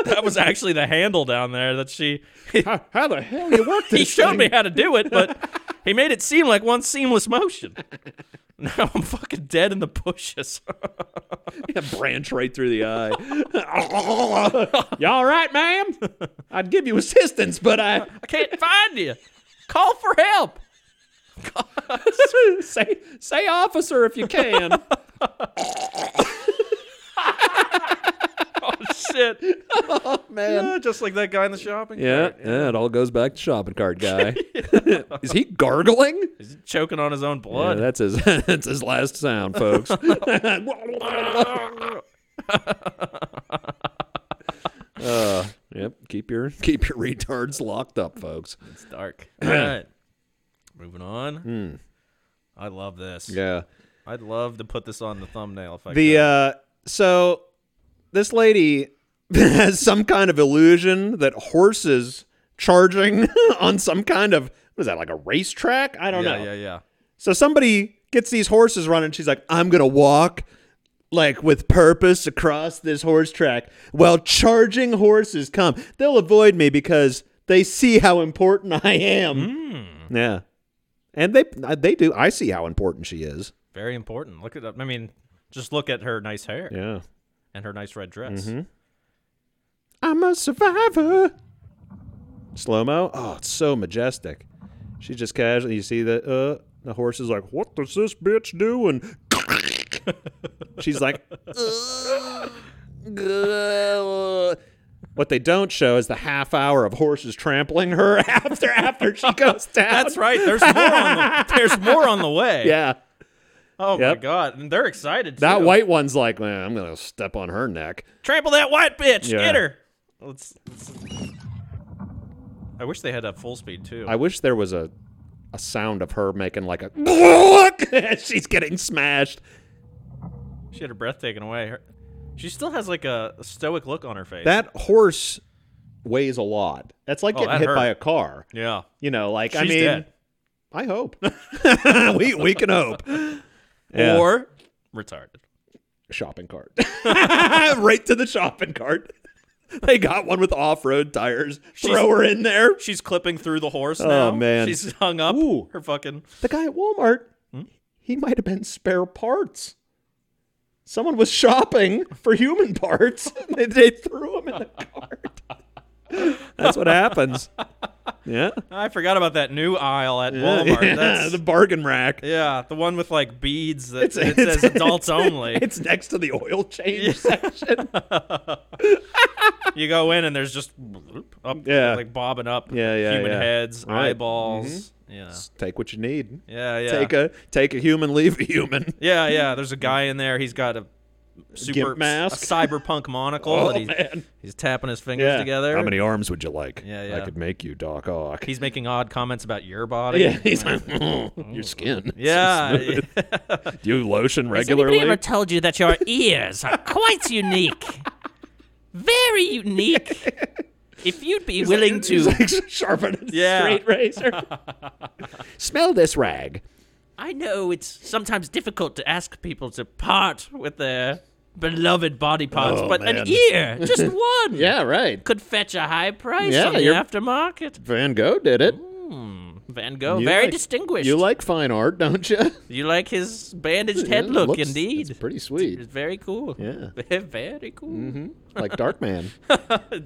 That was actually the handle down there that she.
how, how the hell you work this?
[LAUGHS] he showed
thing?
me how to do it, but [LAUGHS] he made it seem like one seamless motion. Now I'm fucking dead in the bushes.
[LAUGHS]
[LAUGHS]
a branch right through the eye. [LAUGHS] you all right,
[LAUGHS]
ma'am? I'd give you assistance, but I
I can't find you. Call for help. [LAUGHS]
say say officer
[LAUGHS]
if you can.
Oh, shit. shit.
man.
Yeah, just like that guy in the shopping
Yeah,
cart.
yeah, it all goes back to shopping cart [LAUGHS] guy. Is he [LAUGHS] gargling?
He's choking on his own
Yeah,
blood.
that's his [LAUGHS] that's his last sound, [LAUGHS] folks. Uh, yep, keep your keep your retards locked up, folks.
it's
[CLEARS THROAT]
dark. All right. Moving on. I love this.
Hmm. Yeah.
I'd love to put this on the thumbnail if I
The
could.
uh so this lady [LAUGHS] has some kind of illusion that horses charging [LAUGHS] on some kind of what is that like a racetrack? I don't
yeah,
know.
yeah, yeah.
So somebody gets these horses running. She's like, I'm going to walk like with purpose across this horse track while charging horses come. They'll avoid me because they see how important [LAUGHS] I am. Yeah. And they they do. I see how important she is.
Very important. Look at that. I mean, just look at her nice hair
Yeah. Mm-hmm.
and her nice red dress.
I'm a survivor. Slow mo. Oh, it's so majestic. She's just casually. You see the uh, the horse is like, "What does this bitch doing?" [LAUGHS] She's like, "What they don't show is the half hour of horses trampling her [LAUGHS] after after she goes down."
[LAUGHS] That's right. There's more on [LAUGHS] the there's more on the way.
Yeah,
Oh
Yep.
my god. And they're excited too.
that white one's like, "Man, I'm gonna step on her neck."
Trample that white bitch.
Yeah.
Get her. Let's, let's- I wish they had that full speed too.
I wish there was a a sound of her making like a [LAUGHS] she's getting smashed.
she had her breath taken away. Her, she still has like a, a stoic look on her face.
That horse weighs a lot. That's like
Oh,
getting
that
hit by
hurt.
a car.
yeah.
You know, like I
She's
mean,
dead.
I
[LAUGHS]
hope [LAUGHS] we we can hope. Yeah.
Or retarded.
shopping cart, [LAUGHS] right to the shopping cart. They got one with off-road tires. Throw her in there.
She's clipping through the horse now.
Oh, man.
She's hung up.
Ooh.
Her fucking
The guy at Walmart,
Hmm?
he might have been spare parts. Someone was shopping for human parts. [LAUGHS] and they, they threw him in the cart. That's what happens. Yeah.
I forgot about that new aisle at Walmart.
[LAUGHS] Yeah,
That's,
the bargain rack.
yeah, the one with like beads
[LAUGHS]
that
It's-
it
it's-
says
[LAUGHS]
adults only.
It's next to the oil change
[LAUGHS]
section.
You go in and there's just bloop, up,
Yeah.
like bobbing up
Yeah, yeah,
human
yeah.
heads,
Right.
eyeballs. Yeah.
Take what you need.
Yeah, yeah.
Take a take a human, leave a human.
yeah, yeah. There's a guy in there. He's got a super
Gimp mask.
a cyberpunk monocle.
[LAUGHS] [LAUGHS] Oh,
and he's,
man.
he's tapping his fingers together.
How many arms would you like?
Yeah, yeah.
I could make you Doc Ock.
He's making odd comments about your
[LAUGHS]
body.
yeah,
[LAUGHS]
he's like, "Mm, your skin. [LAUGHS]
Yeah.
Do you lotion regularly?
told you that your
[LAUGHS]
ears are quite unique? Very unique. If you'd be willing to,
[LAUGHS] sharpen his
Yeah. straight [LAUGHS]
razor. Smell this rag.
I know it's sometimes difficult to ask people to part with their beloved body parts,
Oh,
but
man.
an
[LAUGHS]
ear, just one,
Yeah, right.
could fetch a high price
Yeah,
on the
you're-
aftermarket.
Van Gogh did it.
Van Gogh,
You
very
like-
distinguished.
You like fine art, don't you?
You like his bandaged
Yeah,
head look,
looks-
indeed.
It's pretty sweet.
It's very cool.
Yeah.
[LAUGHS]
Mm-hmm.
very cool.
Like [LAUGHS] Darkman.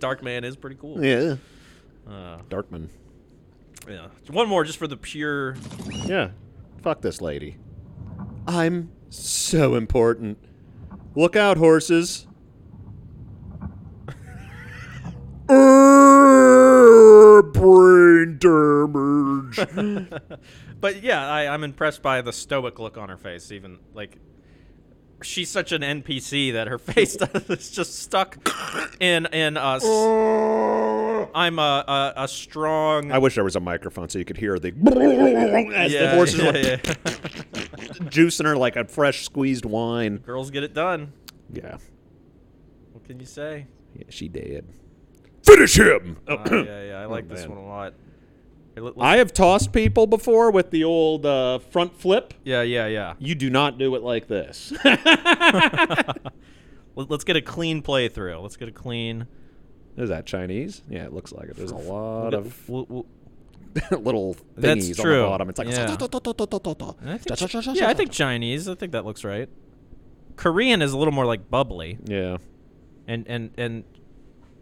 Dark Man is pretty cool.
yeah. Uh. Darkman.
Yeah. One more just for the pure.
Yeah. Fuck this lady. I'm so important. Look out, [LAUGHS] horses. Err, Brain damage.
But yeah, I, I'm impressed by the stoic look on her face, even. Like, she's such an NPC that her [LAUGHS] face is just
[COUGHS]
stuck in, in uh, s- I'm a, a, a strong.
I wish there was a microphone so you could hear the [LAUGHS] as
yeah,
the horses
yeah,
were
yeah.
[LAUGHS] juicing her like a fresh squeezed wine.
Girls get it done.
Yeah,
What can
[COUGHS]
you say?
yeah she did. Finish him.
Ah, yeah, yeah. I like this
Oh, man.
one a lot. Hey, let- let's-
I have tossed people before with the old uh, front flip.
yeah, yeah, yeah.
You do not do it like this.
Let- Let's get a clean playthrough. Let's get a clean.
[LAUGHS] Is that Chinese? Yeah, it looks like it. There's a lot
We'll- [LAUGHS]
of
we'll- we'll-
[LAUGHS] little
That's
thingies on
true.
the bottom. It's like
Yeah. I think- yeah, I think Chinese. I think that looks right. Korean is a little more like bubbly,
yeah.
and and and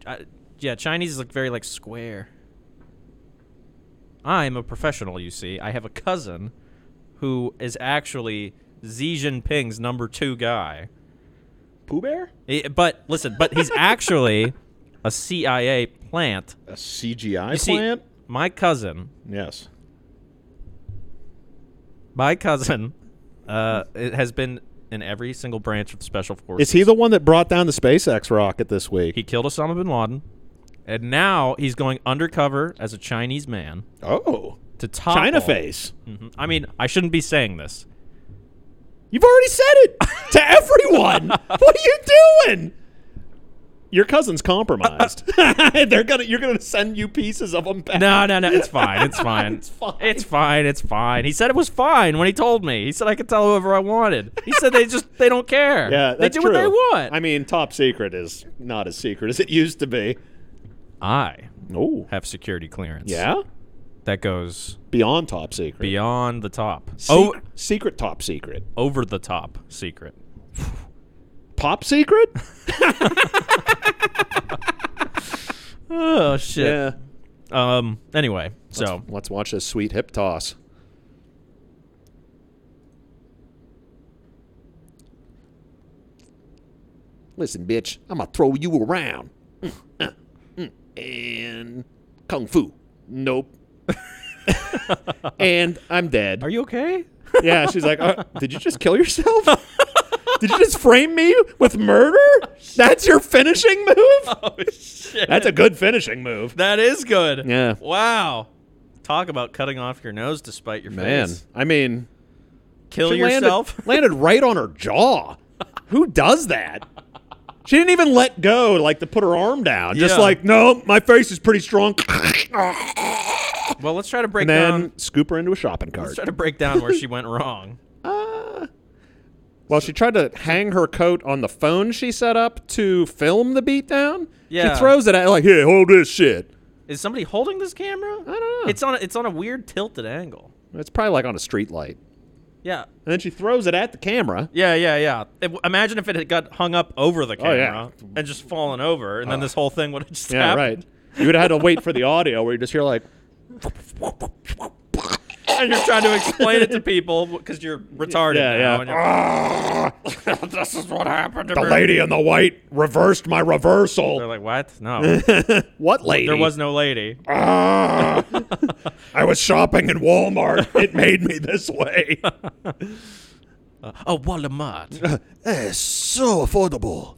uh, yeah, Chinese is like very like square. I'm a professional, you see. I have a cousin who is actually Xi Jinping's number two guy.
Pooh Bear?
Eh, But listen,
[LAUGHS]
but he's actually a CIA plant.
A CGI
You see,
plant?
my cousin,
Yes.
my cousin, uh, it has been in every single branch of special forces.
Is he the one that brought down the SpaceX rocket this week?
He killed Osama bin Laden, and now he's going undercover as a Chinese man
oh.
to top
China face.
Mm-hmm. I mean, I shouldn't be saying this.
You've already said it
[LAUGHS]
to everyone. what are you doing? Your cousin's compromised. [LAUGHS] They're gonna. You're gonna send you pieces of them back.
Uh, No, no, no. It's
[LAUGHS]
fine. It's fine.
It's fine.
It's fine. It's fine. He said it was fine when he told me. He said I could tell whoever I wanted. He said they just they don't care.
Yeah,
they
that's
do
true.
what they want.
I mean, top secret is not as secret as it used to be.
I
Oh,
have security clearance.
yeah,
that goes
beyond top secret.
beyond the top.
Se-
Oh,
secret top secret.
over the top secret.
Pop
[LAUGHS]
secret?
Oh shit. Um. Anyway, so
Let's watch this sweet hip toss. Listen, bitch, I'm gonna throw you around. Mm, uh, mm, And kung fu. Nope.
[LAUGHS]
and I'm dead.
are you okay?
Yeah, she's like, uh, did you just kill yourself? Did you just frame me with murder? That's your finishing move?
[LAUGHS] Oh shit.
That's a good finishing move.
That is good.
Yeah.
Wow. Talk about cutting off your nose despite your
Man,
face.
I mean,
Kill
She landed- [LAUGHS]
yourself. [LAUGHS]
Landed, right on her jaw. Who does that? She didn't even let go, like to put her arm down. Just
Yeah.
like, no, my face is pretty
[LAUGHS]
strong.
Well, let's try to break
and then
down.
scoop her into a shopping
Let's
cart.
try to break down where she went wrong.
Uh, Well, she tried to hang her coat on the phone she set up to film the beatdown.
Yeah.
She throws it at like, here, hold this shit.
[LAUGHS] Is somebody holding this camera? I
don't know.
It's on. A, it's on a weird tilted angle.
It's probably like on a street light.
Yeah.
And then she throws it at the camera.
Yeah, yeah, yeah. It- imagine if it had got hung up over the
Oh, yeah. Uh,
camera and just fallen over, and then this whole thing would have just
Yeah,
happened.
right. You would have had to wait for the audio where you just hear like,
[LAUGHS] And you're trying to explain it to people because you're retarded
Yeah,
now.
yeah.
and
[LAUGHS]
you're-
this is what happened to The lady in the white reversed my
They're
reversal.
like, what?
[LAUGHS]
No,
What lady?
there was no lady.
[LAUGHS] Ah. I was shopping in Walmart. It made me this [LAUGHS] way.
Oh,
[LAUGHS]
Walmart.
It's so affordable.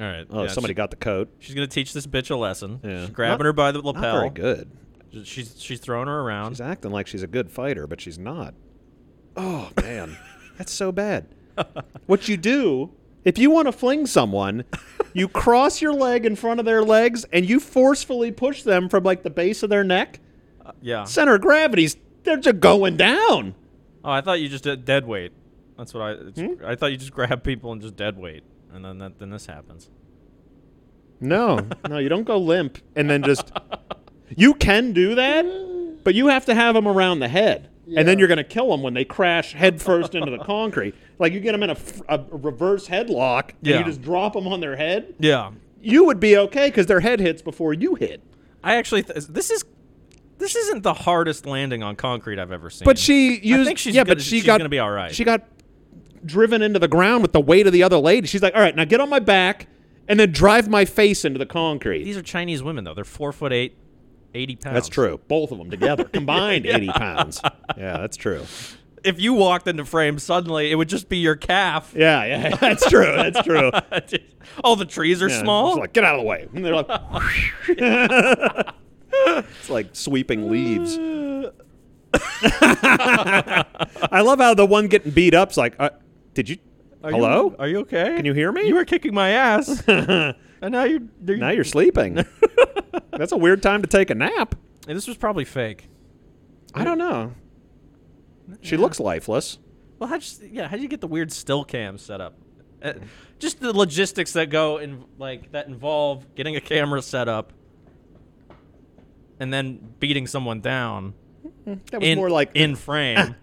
All right.
Oh,
yeah,
somebody
she-
got the coat.
she's gonna teach this bitch a lesson.
Yeah.
She's grabbing
Not-
her by the
Not
lapel.
very good.
She's she's throwing her around.
She's acting like she's a good fighter, but she's not. Oh [LAUGHS] man, that's so bad. What you do if you want to fling someone, [LAUGHS] you cross your leg in front of their legs and you forcefully push them from like the base of their neck.
yeah.
Center of gravity's they're just going down.
Oh, I thought you just did dead weight. That's what I. It's,
Hmm?
I thought you just [LAUGHS] grab people and just dead weight, and then that, then this happens.
No, no, you don't go limp and then just. You can do that, but you have to have them around the head. And then you're going to kill them when they crash headfirst into the concrete. Like you get them in a, f- a reverse headlock and
Yeah.
you just drop them on their head.
Yeah,
You would be okay because their head hits before you hit.
I actually. Th- this is. This isn't the hardest landing on concrete I've ever seen.
But she used.
think she's
yeah,
gonna-
but she
she's
got
gonna be all right.
She got driven into the ground with the weight of the other lady. She's like, all right, now get on my back and then drive my face into the concrete.
these are Chinese women though. They're four foot eight, 80 pounds.
That's true. Both of them
[LAUGHS]
together combined, eighty pounds. Yeah, that's true.
If you walked into frame suddenly, it would just be your [LAUGHS] calf.
Yeah, yeah, [LAUGHS] that's true. That's
[LAUGHS]
true.
All the trees are
Yeah,
small.
just like get out of the way. And they're like, [LAUGHS] it's like sweeping leaves. [LAUGHS] I love how the one getting beat up's like, uh, did you?
Are you-
hello?
are you okay?
Can you hear me?
You were kicking my ass,
[LAUGHS]
and now you're. you're
now you're
[LAUGHS]
sleeping. that's a weird time to take a nap.
And this was probably fake.
I don't know. She looks lifeless.
Well, how would yeah, how would you get the weird still cam set up? Uh,
Mm-hmm.
just the logistics that go in like that involve getting a camera set up and then beating someone down
That was
in
more like uh,
in frame.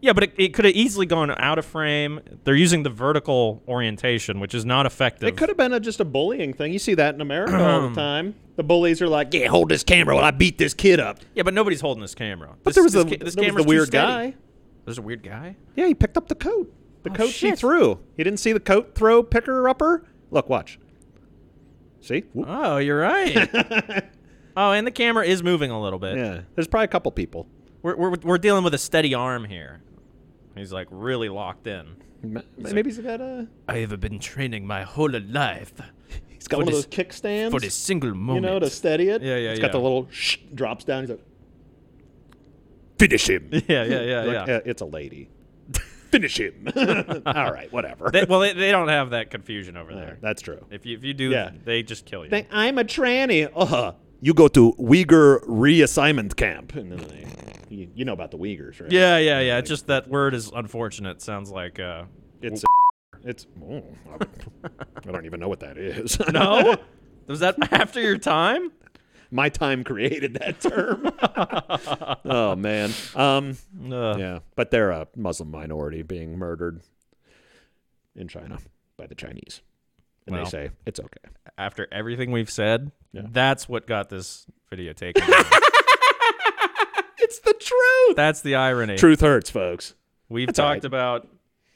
Yeah, but it, it could have easily gone out of frame. They're using the vertical orientation, which is not effective.
It could have been a, just a bullying thing. You see that in America all the time. The bullies are like, "Yeah, hold this camera while I beat this kid up."
yeah, but nobody's holding this camera.
But
This-
there was
this
a
ca- this
there was
camera's
the
too
weird
steady.
guy.
There's a weird guy.
Yeah, he picked up the coat. The
Oh,
coat she
shit.
threw. He didn't see the coat throw picker upper. Look, watch. See? Whoop.
Oh, you're right.
[LAUGHS]
oh, and the camera is moving a little bit.
Yeah. There's probably a couple people.
We're, we're we're dealing with a steady arm here. He's like really locked in.
M- Maybe he's got a.
I have been training my whole life
He's got
For
one
this-
of those kickstands.
for this single
you
moment.
know, to steady it.
Yeah, yeah,
He's got the
yeah.
little shh, drops down. He's like, finish [LAUGHS] him.
[LAUGHS] Yeah, yeah, yeah,
Like,
yeah.
"Uh, it's a lady. [LAUGHS] finish him. [LAUGHS] All right, whatever.
They- well, they, they don't have that confusion over
Yeah,
there.
That's true.
If you if you do,
Yeah.
they just kill you.
They- I'm a tranny. Uh, you go to Uyghur reassignment camp. And then they, you, you know about the Uyghurs, right?
yeah, yeah, yeah. It's just that word is unfortunate. Sounds like uh,
It's [LAUGHS] it's. oh, I don't even know what that is. [LAUGHS]
no. Was that [LAUGHS] after your time?
my time created that term. [LAUGHS] oh man. Um.
Uh,
Yeah, but they're a Muslim minority being murdered in China by the Chinese, and
Well.
they say it's okay.
After everything we've said,
Yeah.
that's what got this video taken. [LAUGHS]
It's the truth.
that's the irony.
Truth hurts, folks.
We've
That's all
talked
right.
about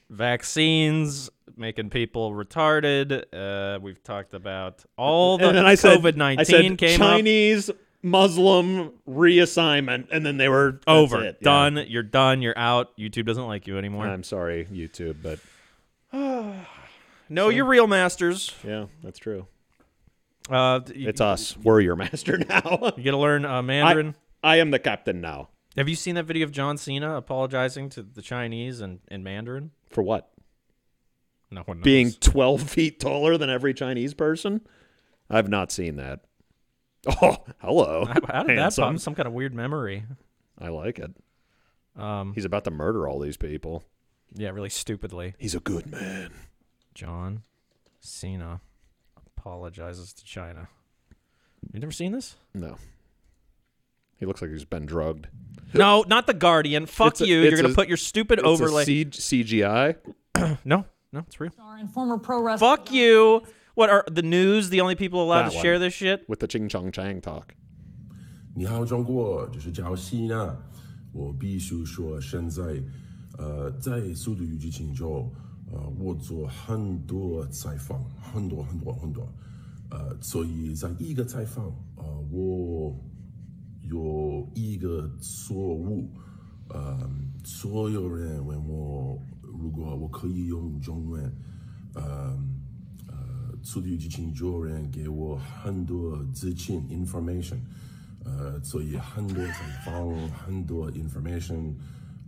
vaccines making people retarded. Uh, we've talked about all the
and then I said
COVID
I
nineteen
said
came up.
Chinese Muslim reassignment, and then they were that's
Over,
it. Yeah.
done. You're done. You're out. YouTube doesn't like you anymore.
I'm sorry, YouTube, but
no, you're real masters.
yeah, that's true.
Uh, d- you,
It's us. We're your [LAUGHS] master now.
you got to learn uh, Mandarin.
I, I am the captain now.
Have you seen that video of John Cena apologizing to the Chinese in, in Mandarin?
For what?
No one knows. [LAUGHS]
being 12 [LAUGHS] feet taller than every Chinese person? I've not seen that. [LAUGHS] Oh, hello.
how did that
handsome.
pop? Some kind of weird memory.
I like it.
Um,
He's about to murder all these people.
yeah, really stupidly.
He's a good man.
John Cena apologizes to China. You never seen this?
No. He looks like he's been drugged.
No, not the Guardian. Fuck
It's a-
you. You're
it's
gonna
a-
put your stupid
It's
overlay.
a C- CGI.
no, no, it's real.
And former pro wrestler.
Fuck you. What are the news? The only people allowed
That
to
one.
share this shit?
with the Ching Chong Chang talk.
你好，中国，这是叫希娜。我必须说，现在，呃，在《速度与激情》中，呃，我做很多采访，很多很多很多，呃，所以在一个采访，呃，我有一个错误，呃，所有人问我，如果我可以用中文，呃。呃，速度与激情主人给我很多资讯 information，呃，所以很多采访，很多 information，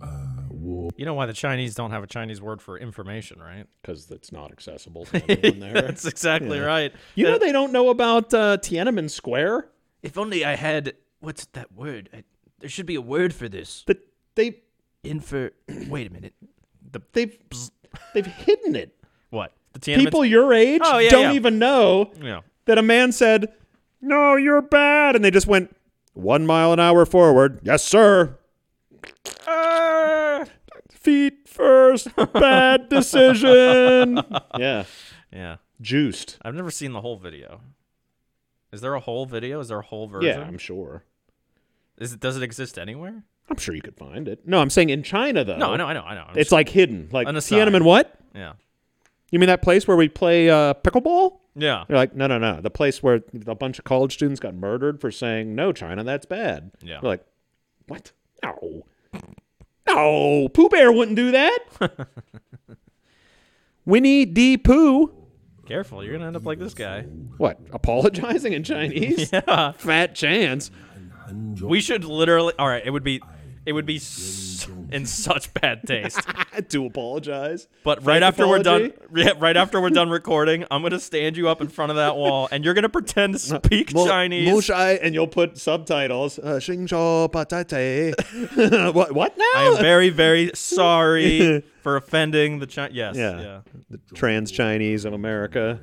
呃，我
You know why the Chinese don't have a Chinese word for information,
[LAUGHS]
right? [LAUGHS]
Because it's not accessible. to everyone there.
That's exactly right.
you know they don't know about uh, Tiananmen Square?
If only I had what's that word? I, there should be a word for this.
But they,
Infer. [CLEARS THROAT] Wait a minute. The
they've, they've hidden it.
What the [LAUGHS] Tiananmen
People your age
Oh, yeah,
don't
yeah.
even know
Yeah.
that a man said, No, you're bad. And they just went one mile an hour forward. Yes, sir. Ah, feet first.
[LAUGHS]
Bad decision. yeah.
Yeah.
Juiced.
I've never seen the whole video. Is there a whole video? Is there a whole version?
Yeah, I'm sure.
Is it does it exist anywhere?
I'm sure you could find it. No, I'm saying in China, though.
No, I know, I know, I know. I'm
Uh, It's
just-
like hidden. Like
An aside.
Tiananmen what?
yeah.
You mean that place where we play uh, pickleball?
Yeah.
They're like, no, no, no. The place where a bunch of college students got murdered for saying, no, China, that's bad.
Yeah.
They're like, what? No. No. Pooh Bear wouldn't do
[LAUGHS]
that. Winnie D. Pooh.
Careful, you're gonna end up like this guy.
What? Apologizing in
[LAUGHS]
Chinese? yeah. Fat chance.
很久
We should literally. All right, it would be, it would be s- in such bad [LAUGHS] taste.
to apologize.
But right after we're done,
Apology?
yeah, right after we're done recording, I'm gonna stand you up in front of that wall, and you're gonna pretend to speak
Mo- Mo
Chinese.
Shai, and you'll put subtitles. Uh, Xingzhou patate. [LAUGHS] what, what now?
I am very, very sorry [LAUGHS] for offending the Chinese.
[LAUGHS]
Yes,
Yeah.
yeah.
the trans Chinese of America.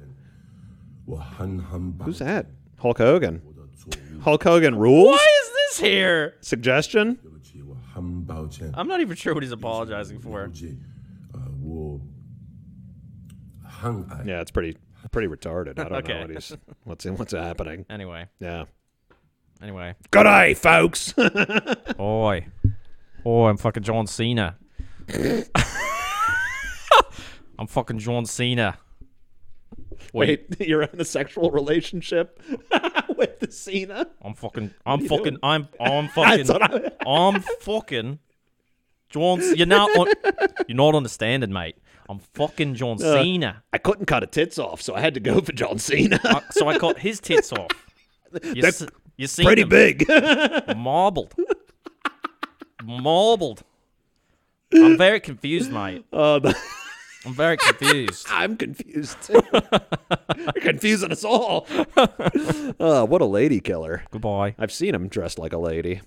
我很很抱
Who's
歉
that? Hulk Hogan.
我的错误，
Hulk Hogan rules?
Why is this here?
Suggestion?
对不起，我很抱歉，
I'm not even sure what he's apologizing
对
for.
不起，呃，我很爱
Yeah, it's pretty pretty retarded. I don't know
[LAUGHS] Okay.
what he's what's what's happening.
Anyway,
Yeah.
anyway.
Good eye, folks. [LAUGHS]
[LAUGHS] Oi, oh, I'm fucking John Cena. I'm fucking John Cena.
Wait, [LAUGHS] you're in a sexual relationship [LAUGHS] with the Cena?
I'm fucking. I'm
you
fucking.
doing? [LAUGHS]
I'm. I'm fucking.
That's what I-
I'm fucking. John, C- you're not.
[LAUGHS]
On, you're not understanding, mate. I'm fucking John
Uh.
Cena.
I couldn't cut a tits off, so I had to go for John Cena.
I- so I cut his
[LAUGHS]
tits off. You
That's
s- you see
[LAUGHS] Pretty
them
big. [LAUGHS]
marbled, marbled. I'm very confused, mate.
Uh, the-
I'm very confused.
[LAUGHS] I'm confused too. [LAUGHS] You're confusing us all. [LAUGHS] Uh, what a lady killer.
Goodbye.
I've seen him dressed like a lady.